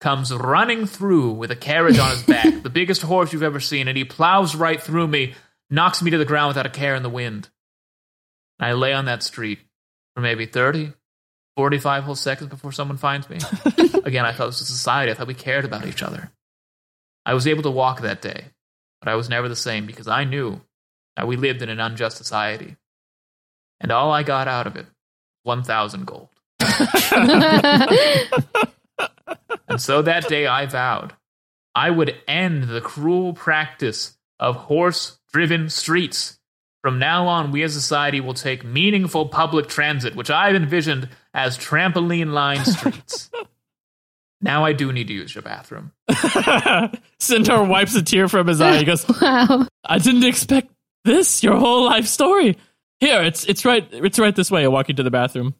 comes running through with a carriage on his back, the biggest horse you've ever seen, and he plows right through me, knocks me to the ground without a care in the wind. And I lay on that street for maybe 30, 45 whole seconds before someone finds me. Again, I thought this was society. I thought we cared about each other. I was able to walk that day, but I was never the same because I knew that we lived in an unjust society. And all I got out of it, 1,000 gold. And so that day I vowed I would end the cruel practice of horse driven streets. From now on, we as a society will take meaningful public transit, which I've envisioned as trampoline line streets. now I do need to use your bathroom.
Centaur wipes a tear from his eye. He goes,
wow.
I didn't expect this, your whole life story. Here, it's it's right it's right this way. I walk into the bathroom.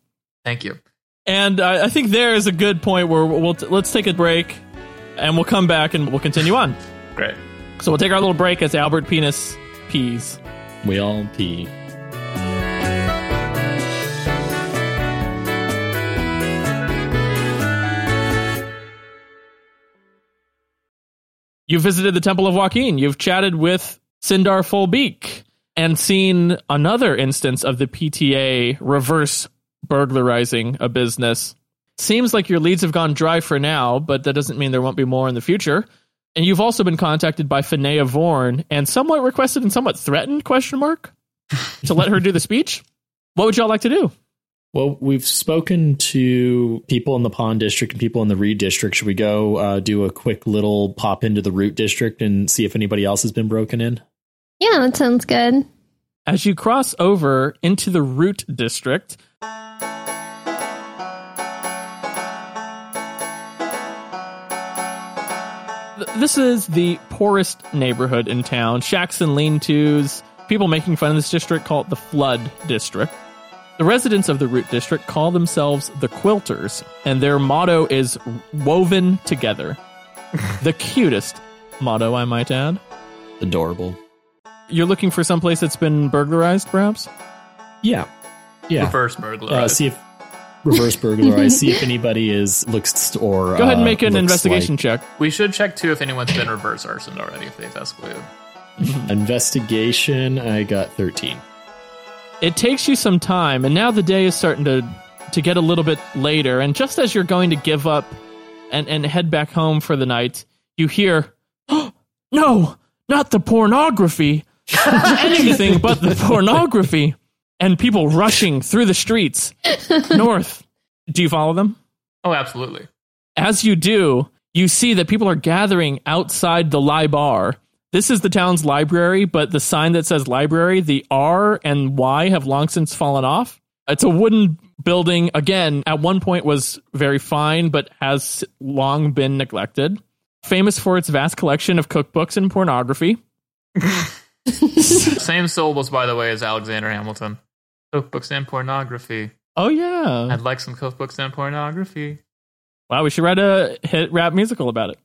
Thank you.
And uh, I think there is a good point where we'll t- let's take a break and we'll come back and we'll continue on.
Great.
So we'll take our little break as Albert Penis pees.
We all pee.
You visited the Temple of Joaquin. You've chatted with Sindar Fullbeak and seen another instance of the PTA reverse burglarizing a business. Seems like your leads have gone dry for now, but that doesn't mean there won't be more in the future. And you've also been contacted by Finea Vorn and somewhat requested and somewhat threatened question mark to let her do the speech. What would y'all like to do?
Well, we've spoken to people in the Pond District and people in the Reed District. Should we go uh, do a quick little pop into the Root District and see if anybody else has been broken in?
Yeah, that sounds good.
As you cross over into the Root District, Th- this is the poorest neighborhood in town. Shacks and lean tos. People making fun of this district call it the Flood District. The residents of the Root District call themselves the Quilters, and their motto is woven together. the cutest motto, I might add.
Adorable.
You're looking for someplace that's been burglarized, perhaps?
Yeah. Yeah.
Reverse
uh,
burglar.
see if reverse burglarize. see if anybody is looks or
Go ahead and
uh,
make an
looks
investigation check.
we should check too if anyone's been reverse arsoned already, if they've escalated.
like- investigation. I got thirteen.
it takes you some time and now the day is starting to to get a little bit later and just as you're going to give up and and head back home for the night you hear no not the pornography anything but the pornography and people rushing through the streets north do you follow them
Oh, absolutely.
as you do, you see that people are gathering outside the Li Bar. This is the town's library, but the sign that says library, the R and Y have long since fallen off. It's a wooden building, again, at one point was very fine, but has long been neglected. Famous for its vast collection of cookbooks and pornography.
Same syllables, by the way, as Alexander Hamilton. Cookbooks and pornography.
Oh, yeah.
I'd like some cookbooks and pornography.
Wow, we should write a hit rap musical about it.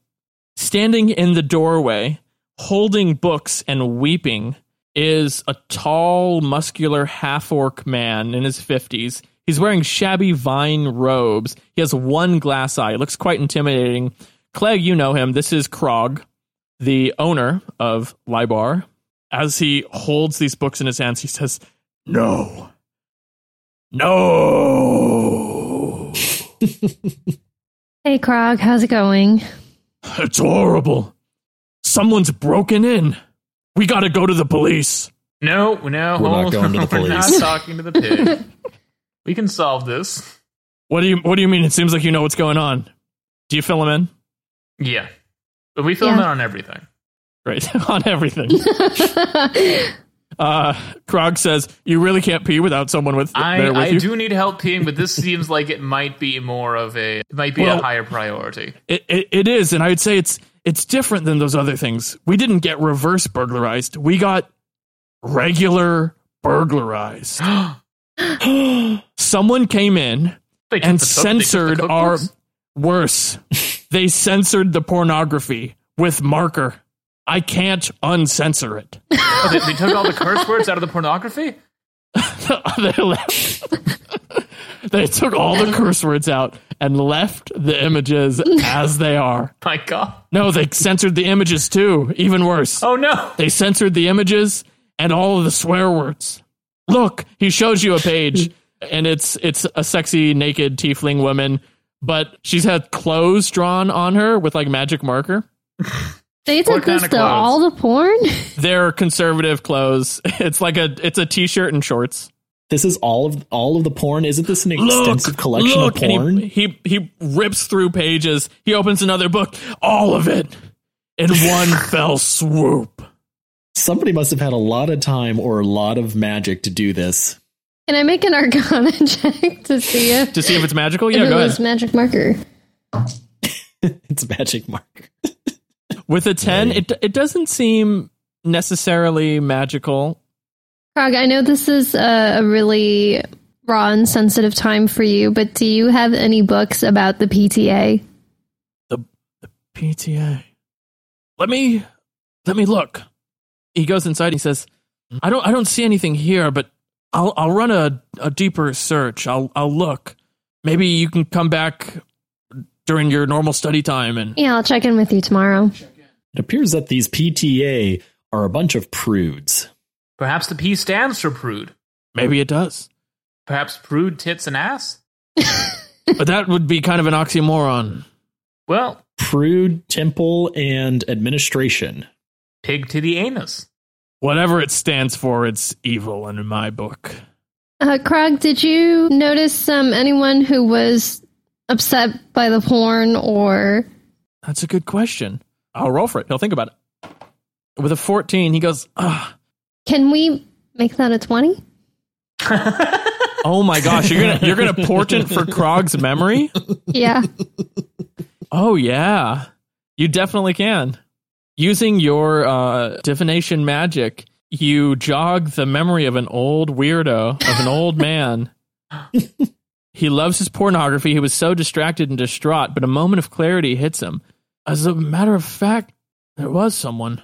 Standing in the doorway, holding books and weeping, is a tall, muscular half orc man in his 50s. He's wearing shabby vine robes. He has one glass eye. It looks quite intimidating. Clegg, you know him. This is Krog, the owner of Libar. As he holds these books in his hands, he says, No. No.
Hey, Krog, how's it going?
It's horrible. Someone's broken in. We gotta go to the police.
No, no,
We're not
hold-
going to the
We're not
police.
talking to the pig. we can solve this.
What do you What do you mean? It seems like you know what's going on. Do you fill him in?
Yeah, but we film
Yeah.
it on everything.
Right on everything. uh, Krog says you really can't pee without someone with
I,
there with
I
you.
do need help peeing, but this seems like it might be more of a it might be
Well-
a higher priority.
It, it, it is, and I would say it's it's different than those other things. We didn't get reverse burglarized. We got regular burglarized. Someone came in.
They took
and
the cook- they took the
censored our
cookbooks?
worse. they censored the pornography with marker. I can't uncensor it.
Oh, they, they took all the curse words out of the pornography?
they left. they took all the curse words out and left the images as they are.
My God.
No, they censored the images too. Even worse.
Oh, no.
They censored the images and all of the swear words. Look, he shows you a page and it's it's a sexy naked tiefling woman, but she's had clothes drawn on her with like magic marker.
They
What
took this
kinda
to
clothes?
all the porn.
They're conservative clothes. It's like a it's a t-shirt and shorts.
This is all of all of the porn. Isn't this an extensive collection
look,
of
and he-
porn?
he, he rips through pages. He opens another book. All of it in one fell swoop.
Somebody must have had a lot of time or a lot of magic to do this.
Can I make an Arcana check to see if,
To see if it's magical.
if
Yeah,
it
go
was
ahead.
magic marker?
It's magic mark.
With a ten, it it doesn't seem necessarily magical.
Prague, I know this is a, a really raw and sensitive time for you, but do you have any books about the PTA?
The, the PTA. Let me let me look. He goes inside. and He says, "I don't I don't see anything here, but I'll I'll run a, a deeper search. I'll I'll look. Maybe you can come back during your normal study time and
Yeah, I'll check in with you tomorrow.
It appears that these PTA are a bunch of prudes.
Perhaps the P stands for prude.
Maybe it does.
Perhaps prude, tits, and ass?
But that would be kind of an oxymoron.
Well,
Prude temple and administration.
pig to the anus.
Whatever it stands for, it's evil in my book.
Uh, Krog, did you notice um, anyone who was upset by the porn or
That's a good question. I'll roll for it. He'll think about it. With a 14, he goes, "Ah,
can we make that a 20?
"Oh my gosh, you're going to you're going to portent for Krog's memory?"
Yeah.
Oh yeah. You definitely can. Using your uh, divination magic, you jog the memory of an old weirdo, of an old man. he loves his pornography. He was so distracted and distraught, but a moment of clarity hits him. As a matter of fact, there was someone.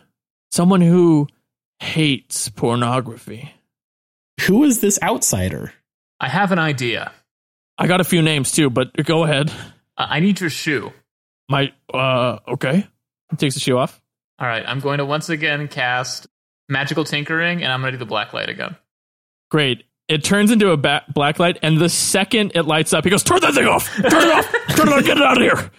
Someone who hates pornography.
Who is this outsider?
I have an idea.
I got a few names too, but go ahead.
I I need your shoe.
My, uh, okay. He takes the shoe off.
All right, I'm going to once again cast magical tinkering, and I'm going to do the black light again.
Great. It turns into a ba- black light, and the second it lights up, he goes, "Turn that thing off! Turn it off! Turn it off! Get it out of here!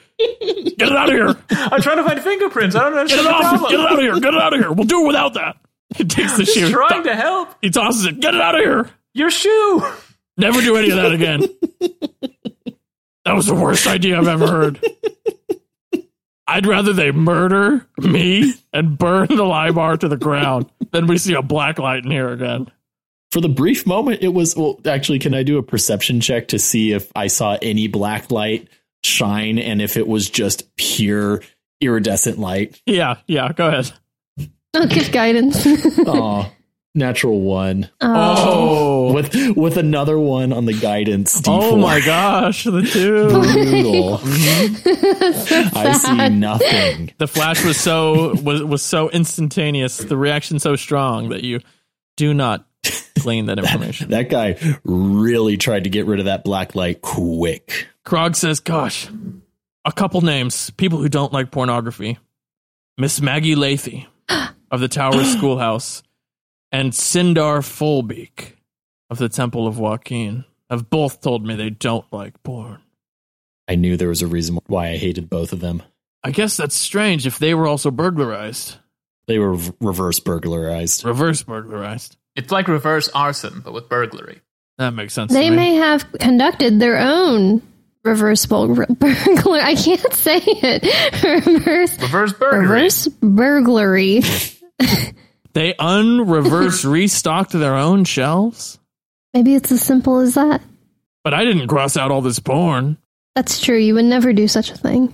Get it out of here!
I'm trying to find fingerprints. I don't
Get
understand
it
the
off! Get it
problem.
out of here! Get it out of here! We'll do it without that." He takes the shoe.
Just trying to help
He tosses it. Get it out of here!
your shoe.
Never do any of that again. that was the worst idea I've ever heard. I'd rather they murder me and burn the Limar to the ground than we see a black light in here again.
For the brief moment, it was. Well, actually, can I do a perception check to see if I saw any black light shine and if it was just pure iridescent light?
Yeah, yeah. Go ahead.
I'll give guidance. Um,
Oh, natural one
Oh.
with with another one on the guidance.
Oh
D4.
my gosh, the two.
brutal.
Mm-hmm.
I see
sad.
nothing.
the flash was so was was so instantaneous, the reaction so strong that you do not glean that information.
That guy really tried to get rid of that black light quick.
Krog says, "Gosh, a couple names, people who don't like pornography. Miss Maggie Lathy of the Tower Schoolhouse and Sindar Fullbeak of the Temple of Joaquin have both told me they don't like porn."
I knew there was a reason why I hated both of them.
I guess that's strange if they were also burglarized,
They were v- reverse burglarized.
reverse burglarized.
It's like reverse arson, but with burglary.
That makes sense.
they
to me.
may have conducted their own reverse bul- burglar. I can't say it. reverse
Reverse burglary.
reverse burglary.
They unreverse restocked their own shelves?
Maybe it's as simple as that.
But I didn't cross out all this porn.
That's true. You would never do such a thing.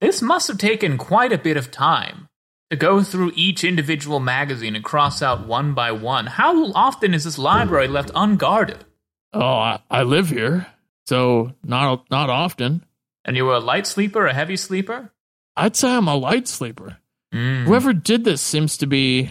This must have taken quite a bit of time to go through each individual magazine and cross out one by one. How often is this library left unguarded?
Oh, I, I live here. So not not often.
And you were a light sleeper, Hmm. a heavy sleeper?
I'd say I'm a light sleeper. Whoever did this seems to be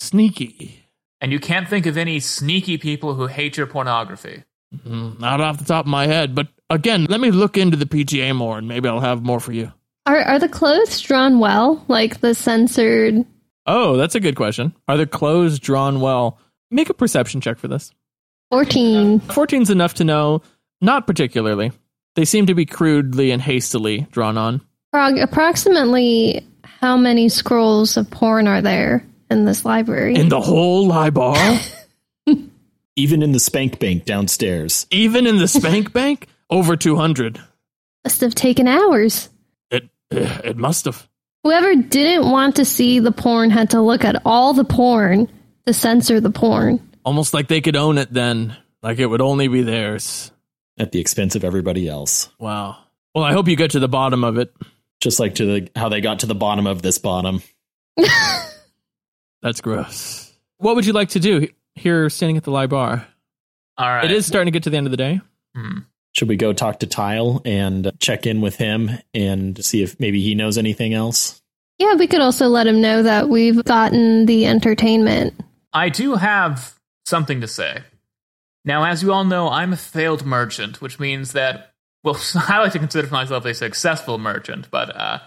sneaky.
And you can't think of any sneaky people who hate your pornography.
Mm, Not off the top of my head, but again, let me look into the PGA more and maybe I'll have more for you.
Are are the clothes drawn well? Like the censored
Oh, that's a good question. Are the clothes drawn well? Make a perception check for this.
14.
14's enough to know, not particularly. They seem to be crudely and hastily drawn on.
Frog, approximately how many scrolls of porn are there in this library?
In the whole Libar?
Even in the spank bank downstairs.
Even in the Spank Bank? Over 200.
Must have taken hours.
It, eh, it must have.
Whoever didn't want to see the porn had to look at all the porn to censor the porn.
Almost like they could own it then. Like it would only be theirs.
at the expense of everybody else.
Wow. Well, I hope you get to the bottom of it.
Just like to the how they got to the bottom of this bottom.
That's gross. What would you like to do here standing at the Libar?
All right.
It is starting to get to the end of the day.
Hmm.
Should we go talk to Tile and check in with him and see if maybe he knows anything else?
Yeah, we could also let him know that we've gotten the entertainment.
I do have something to say. Now, as you all know, I'm a failed merchant, which means that, well, I like to consider myself a successful merchant, but uh,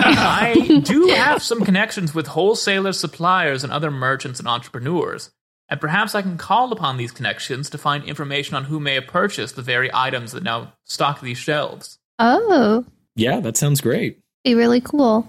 I do have some connections with wholesalers, suppliers, and other merchants and entrepreneurs. And perhaps I can call upon these connections to find information on who may have purchased the very items that now stock these shelves.
Oh,
Yeah, that sounds great.
be really cool.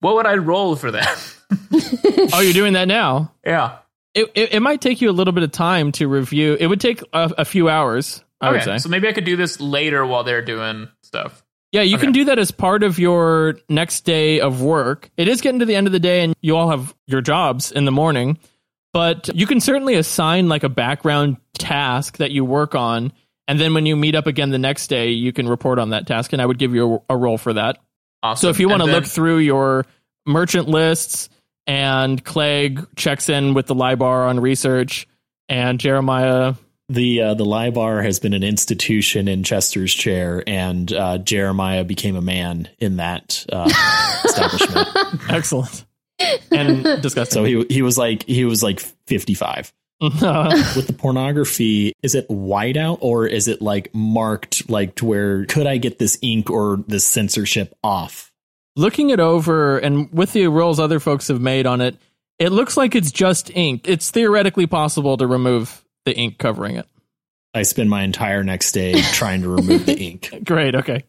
What would I roll for that?
Oh, you're doing that now?
yeah.
It, it, it might take you a little bit of time to review. It would take a, a few hours, I would say.
Okay. So maybe I could do this later while they're doing stuff.
yeah, you can
okay.
do that as part of your next day of work. It is getting to the end of the day, and you all have your jobs in the morning, but you can certainly assign like a background task that you work on. And then when you meet up again the next day, you can report on that task, and I would give you a, a role for that. So
Awesome.
if you
And
want to
then-
look through your merchant lists and Clegg checks in with the Libar on research and Jeremiah
The uh, the Libar has been an institution in Chester's chair, and uh, Jeremiah became a man in that uh, establishment.
excellent and disgusting.
So he he was like he was like fifty five. With the pornography, is it whiteout or is it like marked like to where could I get this ink or this censorship off?
Looking it over and with the rolls other folks have made on it, it looks like it's just ink. It's theoretically possible to remove the ink covering it.
I spend my entire next day trying to remove the ink.
Great. Okay.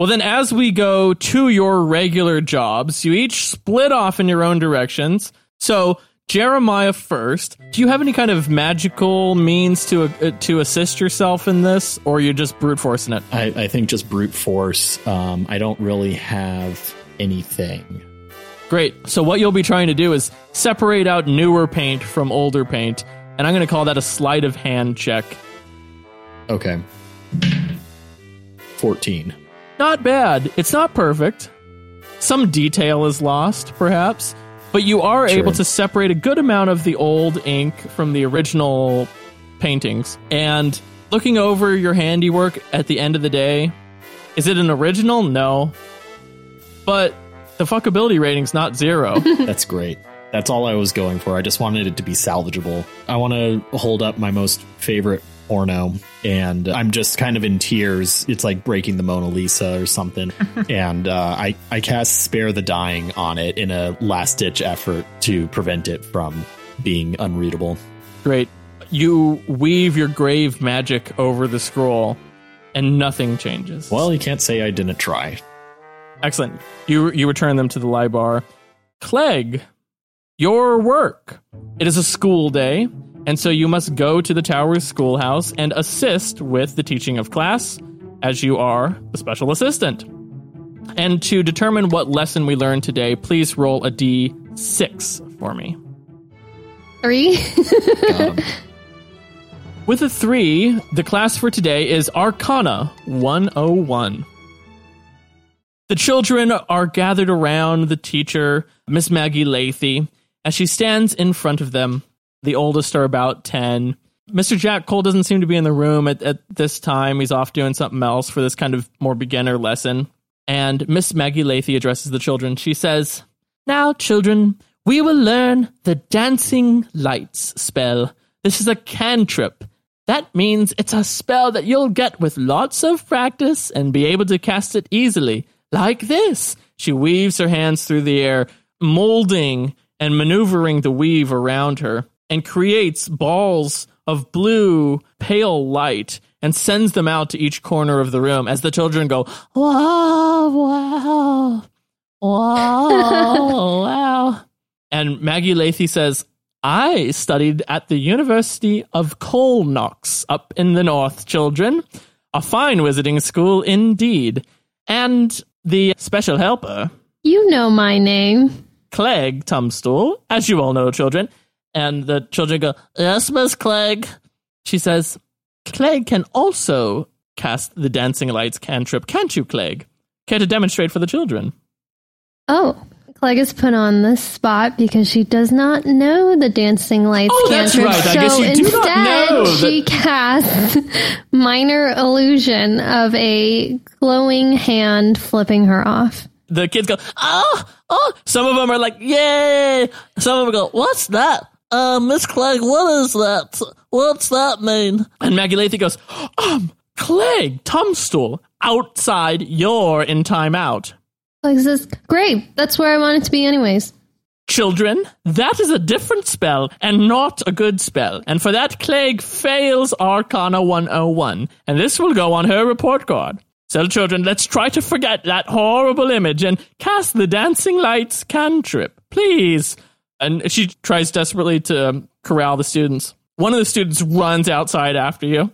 Well, then, as we go to your regular jobs, you each split off in your own directions. So, Jeremiah first. Do you have any kind of magical means to uh, to assist yourself in this, or you're just brute forcing it?
I, I think just brute force. Um, I don't really have anything.
Great. So, what you'll be trying to do is separate out newer paint from older paint, and I'm going to call that a sleight of hand check.
Okay. Fourteen.
Not bad. It's not perfect. Some detail is lost, perhaps, but you are
Sure.
able to separate a good amount of the old ink from the original paintings. And looking over your handiwork at the end of the day, is it an original? No. But the fuckability rating's not zero.
That's great. That's all I was going for. I just wanted it to be salvageable. I want to hold up my most favorite porno, and I'm just kind of in tears. It's like breaking the Mona Lisa or something. and uh, I, I cast Spare the Dying on it in a last ditch effort to prevent it from being unreadable.
Great. You weave your grave magic over the scroll, and nothing changes.
Well, you can't say I didn't try.
Excellent. You you return them to the Libar. Clegg, your work. It is a school day, and so you must go to the Towers schoolhouse and assist with the teaching of class, as you are the special assistant. And to determine what lesson we learned today, please roll a d6 for me.
Three?
Um,
With a 3, the class for today is Arcana 101. The children are gathered around the teacher, Miss Maggie Lathy, as she stands in front of them. The oldest are about 10. Mr. Jack Cole doesn't seem to be in the room at, at this time. He's off doing something else for this kind of more beginner lesson. And Miss Maggie Lathy addresses the children. She says, Now, children, we will learn the dancing lights spell. This is a cantrip. That means it's a spell that you'll get with lots of practice and be able to cast it easily, like this. She weaves her hands through the air, molding and maneuvering the weave around her, and creates balls of blue, pale light and sends them out to each corner of the room as the children go, Wow, wow. Wow, wow. And Maggie Lathy says, I studied at the University of Colnox up in the north, children. A fine wizarding school indeed. And the special helper,
You know my name.
Clegg Tumstool, as you all know, children. And the children go, Yes, Miss Clegg. She says, Clegg can also cast the Dancing Lights cantrip, can't you, Clegg? Care to demonstrate for the children?
Oh, Clegg is put on the spot because she does not know the dancing lights
Oh, that's
cantrip.
right. I
So
guess you do
instead,
not know that-
she casts minor illusion of a glowing hand flipping her off.
The kids go, Oh, oh. Some of them are like, Yay. Some of them go, What's that? Uh, Miss Clegg, what is that? What's that mean? And Maggie Lathy goes, Um, Clegg Tumstool, outside, you're in timeout.
Clegg says, "Great, that's where I wanted to be, anyways."
Children, that is a different spell and not a good spell. And for that, Clegg fails Arcana 101. And this will go on her report card. So, children, let's try to forget that horrible image and cast the Dancing Lights cantrip, please. And she tries desperately to um, corral the students. One of the students runs outside after you.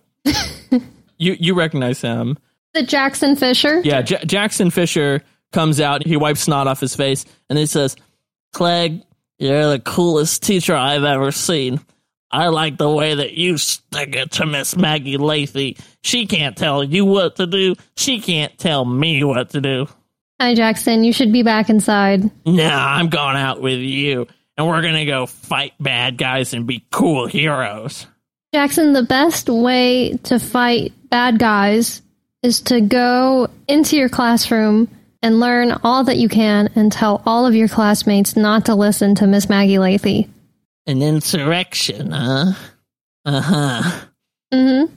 you, you recognize him.
The Jackson Fisher.
Yeah, J- Jackson Fisher comes out. He wipes snot off his face and he says, Clegg, you're the coolest teacher I've ever seen. I like the way that you stick it to Miss Maggie Lathy. She can't tell you what to do. She can't tell me what to do.
Hi, Jackson. You should be back inside.
Nah, I'm going out with you. And we're going to go fight bad guys and be cool heroes.
Jackson, the best way to fight bad guys is to go into your classroom and learn all that you can and tell all of your classmates not to listen to Miss Maggie Lathy.
An insurrection, huh? Uh huh.
Mm-hmm.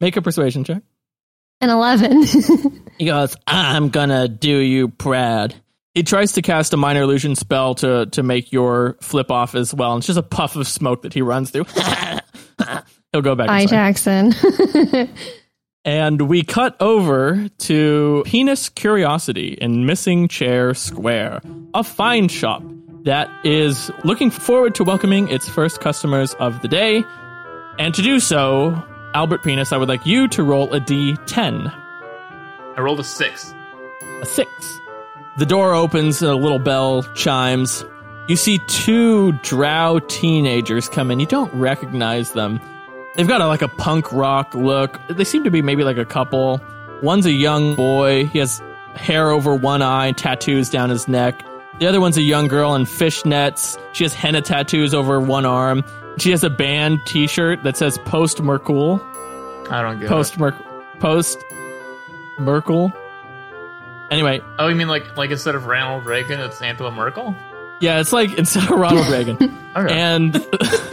Make a persuasion check.
And 11.
He goes, I'm gonna do you proud. He tries to cast a minor illusion spell to, to make your flip off as well. And it's just a puff of smoke that he runs through. He'll go back.
Bye,
inside.
Jackson.
And we cut over to Penis Curiosity in Missing Chair Square, a fine shop that is looking forward to welcoming its first customers of the day. And to do so, Albert Penis, I would like you to roll a d10.
I rolled a six.
a six. The door opens and a little bell chimes. You see two drow teenagers come in. You don't recognize them. They've got a, like a punk rock look. They seem to be maybe like a couple. One's a young boy. He has hair over one eye, tattoos down his neck. The other one's a young girl in fishnets. She has henna tattoos over one arm. She has a band T-shirt that says "Post Merkle."
I don't get
Post Merkle. Post Merkle. Anyway,
it. Oh, you mean like like instead of Ronald Reagan, it's Angela Merkel?
Yeah, it's like instead of Ronald Reagan.
Okay.
and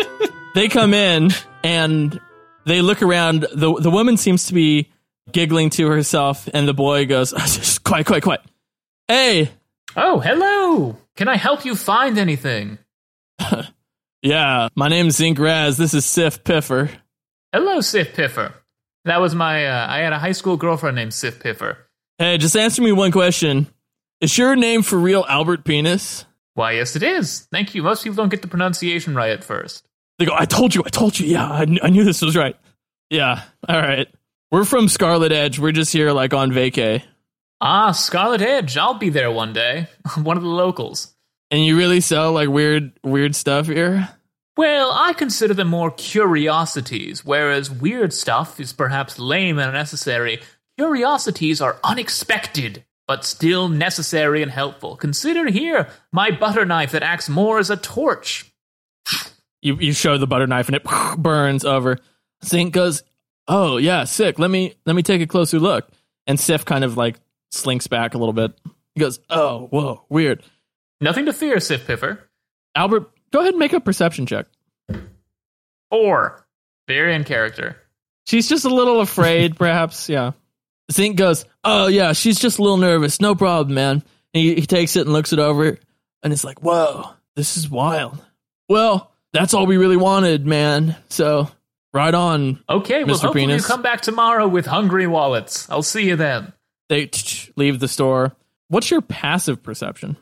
they come in and they look around. The the woman seems to be giggling to herself, and the boy goes, just quiet, quiet, quiet. Hey,
oh, hello. Can I help you find anything?
yeah, my name's Zink Raz. This is Sif Piffer.
Hello, Sif Piffer. That was my. Uh, I had a high school girlfriend named Sif Piffer.
Hey, just answer me one question. Is your name for real Albert Penis?
Why, yes, it is. Thank you. Most people don't get the pronunciation right at first.
They go, I told you, I told you. Yeah, I, kn- I knew this was right. Yeah, all right. We're from Scarlet Edge. We're just here like on vacay.
Ah, Scarlet Edge. I'll be there one day. I'm one of the locals.
And you really sell like weird, weird stuff here?
Well, I consider them more curiosities, whereas weird stuff is perhaps lame and unnecessary. Curiosities are unexpected, but still necessary and helpful. Consider here my butter knife that acts more as a torch.
you you show the butter knife and it burns over. Zink goes, "Oh yeah, sick. Let me let me take a closer look." And Sif kind of like slinks back a little bit. He goes, "Oh whoa, weird.
Nothing to fear, Sif Piffer.
Albert, go ahead and make a perception check.
Or very in character.
She's just a little afraid, perhaps. Yeah. Zink goes, Oh, yeah, she's just a little nervous. No problem, man. And he, he takes it and looks it over, and it's like, Whoa, this is wild. Well, that's all we really wanted, man. So, right on.
Okay, well,
Mr.
hopefully
Penis.
you come back tomorrow with hungry wallets. I'll see you then.
They leave the store. What's your passive perception?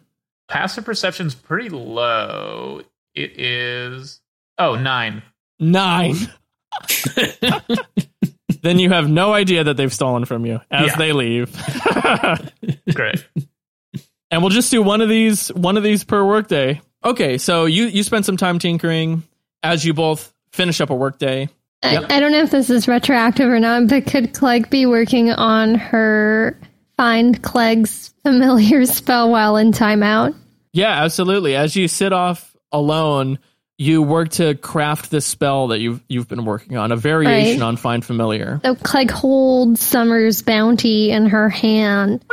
Passive perception's pretty low. It is oh nine.
Nine. then you have no idea that they've stolen from you as
Yeah.
they leave.
Great.
and we'll just do one of these one of these per workday. Okay, so you you spend some time tinkering as you both finish up a workday.
I, I don't know if this is retroactive or not, but could Clegg be working on her find Clegg's familiar spell while in timeout?
Yeah, absolutely. As you sit off alone, you work to craft this spell that you've you've been working on, a variation
Right.
on find familiar.
So Clegg holds Summer's bounty in her hand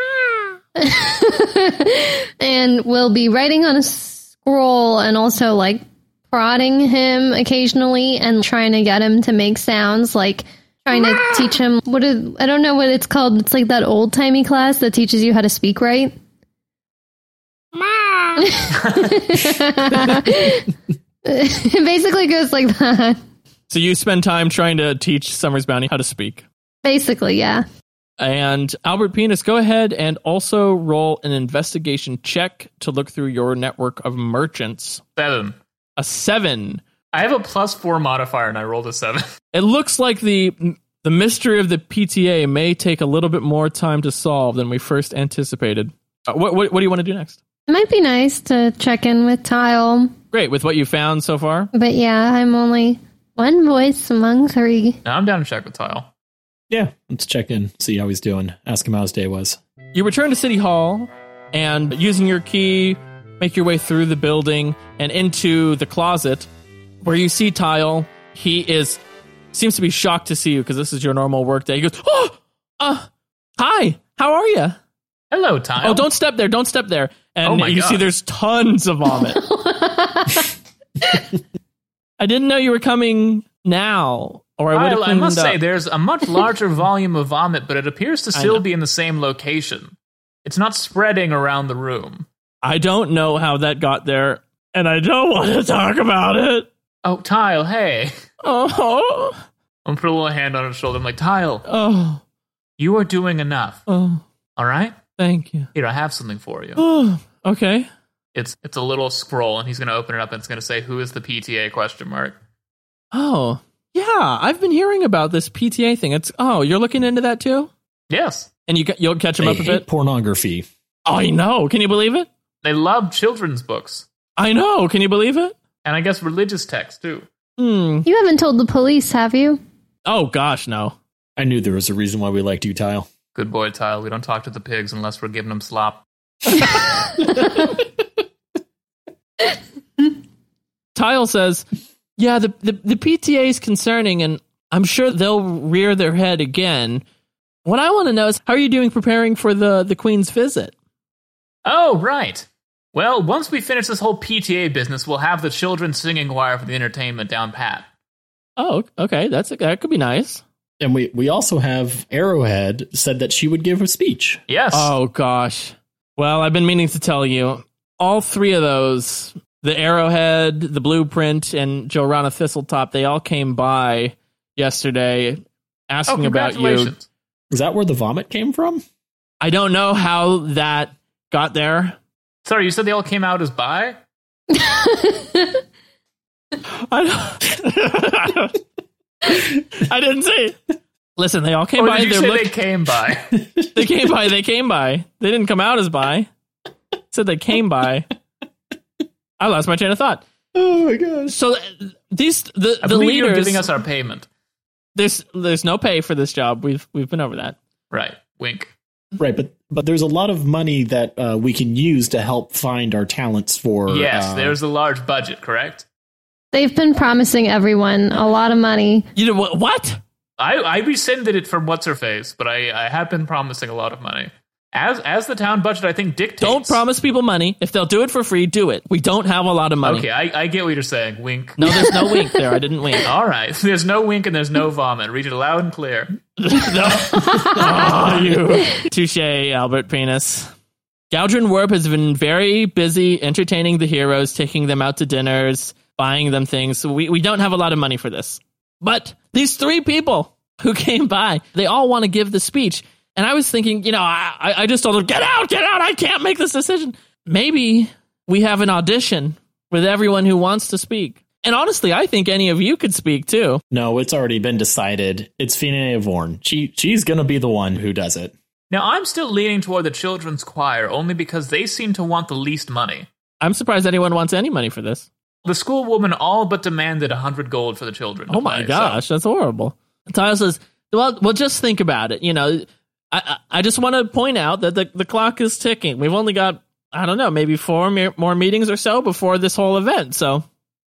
and will be writing on a scroll and also like prodding him occasionally and trying to get him to make sounds like trying to teach him what is, I don't know what it's called. It's like that old timey class that teaches you how to speak right. it basically goes like that.
So you spend time trying to teach Summer's Bounty how to speak.
Basically, yeah.
And Albert Penis, go ahead and also roll an investigation check to look through your network of merchants.
Seven.
A seven.
I have a plus four modifier and I rolled a seven.
It looks like the the mystery of the PTA may take a little bit more time to solve than we first anticipated. Uh, what, what what do you want to do next?
It might be nice to check in with Tile,
Great, with what you found so far.
but yeah, I'm only one voice among three.
Now I'm down to check with Tile.
Yeah, let's check in, see how he's doing. Ask him how his day was.
You return to City Hall and using your key, make your way through the building and into the closet where you see Tile. He is seems to be shocked to see you because this is your normal work day. He goes, "Oh, uh, hi. How are you?
Hello, Tile.
Oh, don't step there. Don't step there."
Oh
And
my
you see
God.
there's tons of vomit. I didn't know you were coming now or I would have
Tile, I
cleaned
must
up.
say there's a much larger volume of vomit, but it appears to
know.
still be in the same location. It's not spreading around the room.
I don't know how that got there and I don't want to talk about it.
Oh, Tile, hey.
Oh,
I'm gonna put a little hand on his shoulder. I'm like, Tile,
oh,
you are doing enough.
oh,
All right?
thank you.
Here, I have something for you.
Oh, okay.
It's it's a little scroll, and he's gonna open it up, and it's gonna say, "Who is the PTA?" Question mark.
Oh, yeah. I've been hearing about this PTA thing. It's oh, you're looking into that too,
Yes,
and you ca- you'll catch him
They
up a
hate
bit.
pornography.
I know. Can you believe it?
they love children's books,
I know. Can you believe it?
and I guess religious texts too.
Hmm.
You haven't told the police, have you?
Oh gosh, no.
I knew there was a reason why we liked you, Tile.
Good boy, Tile. We don't talk to the pigs unless we're giving them slop.
Tile says, "Yeah, the the, the PTA is concerning, and I'm sure they'll rear their head again." What I want to know is, how are you doing preparing for the the Queen's visit?
Oh, right. Well, once we finish this whole PTA business, we'll have the children's singing choir for the entertainment down pat.
Oh, okay. That's that could be nice.
And we, we also have Arrowhead said that she would give a speech.
Yes.
Oh gosh. Well, I've been meaning to tell you. All three of those, the Arrowhead, the Blueprint, and Jorana Thistletop, they all came by yesterday
oh
asking about you.
congratulations.
Is that where the vomit came from?
I don't know how that got there.
Sorry, you said they all came out as bi?
I, don't, I didn't say. it. Listen, they all came
Or
by.
Oh, did you
They're
say
look-
they came by?
they came by. They came by. They didn't come out as by. Said they came by. I lost my train of thought.
Oh my gosh.
So th- these the
I
the
believe you're
leaders.
giving us our payment.
there's there's no pay for this job. We've we've been over that.
Right. Wink.
Right, but but there's a lot of money that uh, we can use to help find our talents for.
yes,
uh,
there's a large budget, correct?
They've been promising everyone a lot of money.
You know what? what?
I, I rescinded it from what's her face, but I, I have been promising a lot of money. As as the town budget, I think dictates.
Don't promise people money. If they'll do it for free, do it. We don't have a lot of money.
Okay, I, I get what you're saying. Wink.
No, there's no wink there. I didn't wink.
All right. There's no wink and there's no vomit. Read it loud and clear.
Touche, Albert Penis. Galdrin Warp has been very busy entertaining the heroes, taking them out to dinners, buying them things. So we, we don't have a lot of money for this. But these three people who came by, they all want to give the speech. And I was thinking, you know, I, I I just told them, get out, get out. I can't make this decision. Maybe we have an audition with everyone who wants to speak. And honestly, I think any of you could speak too.
No, it's already been decided. It's Fina Vorn. She she's gonna be the one who does it.
Now, I'm still leaning toward the children's choir only because they seem to want the least money.
I'm surprised anyone wants any money for this.
The schoolwoman all but demanded a 100 gold for the children. to
Oh my
play, so-
gosh, that's horrible. Tyler says, "Well, well, just think about it. You know, I I, I just want to point out that the the clock is ticking. We've only got I don't know, maybe four me- more meetings or so before this whole event. So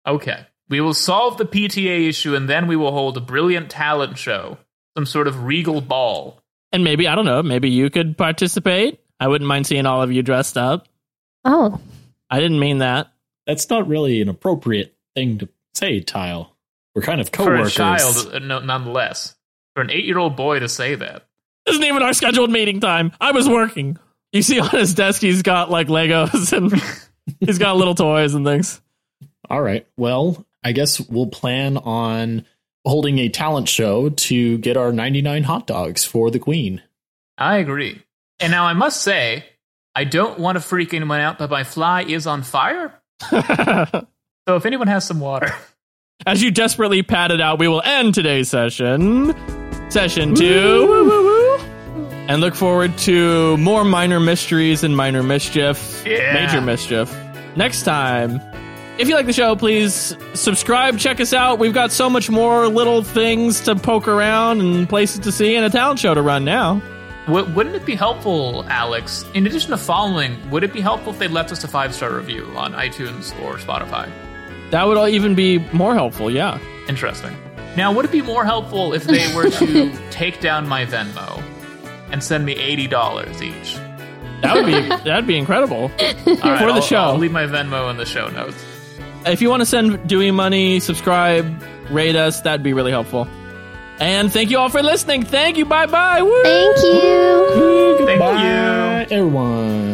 Okay. We will solve the PTA issue and then we will hold a brilliant talent show, some sort of regal ball.
and maybe I don't know, maybe you could participate. I wouldn't mind seeing all of you dressed up.
Oh,
I didn't mean that.
That's not really an appropriate thing to say, Tile. We're kind of
For a
coworkers.
child, uh, no, nonetheless. For an eight year old boy to say that.
This isn't even our scheduled meeting time. I was working. You see on his desk, he's got like Legos and he's got little toys and things.
All right. Well, I guess we'll plan on holding a talent show to get our 99 hot dogs for the queen.
I agree. And now I must say, I don't want to freak anyone out, but my fly is on fire. So if anyone has some water,
As you desperately pat it out, we will end today's session. Session two. And look forward to more minor mysteries and minor mischief.
Yeah.
Major mischief. Next time. If you like the show, please subscribe, check us out. We've got so much more little things to poke around and places to see and a talent show to run now.
w- wouldn't it be helpful, Alex? In addition to following, would it be helpful if they left us a five star review on iTunes or Spotify?
That would all even be more helpful, yeah.
Interesting. Now, would it be more helpful if they were to take down my Venmo and send me eighty dollars each?
That would be that'd be incredible.
All right,
For the
I'll-
show.
I'll leave my Venmo in the show notes.
If you want to send Dewey money, subscribe, rate us. That'd be really helpful. And thank you all for listening. Thank you. Bye bye. Woo!
thank you.
Thank you.
Bye, everyone.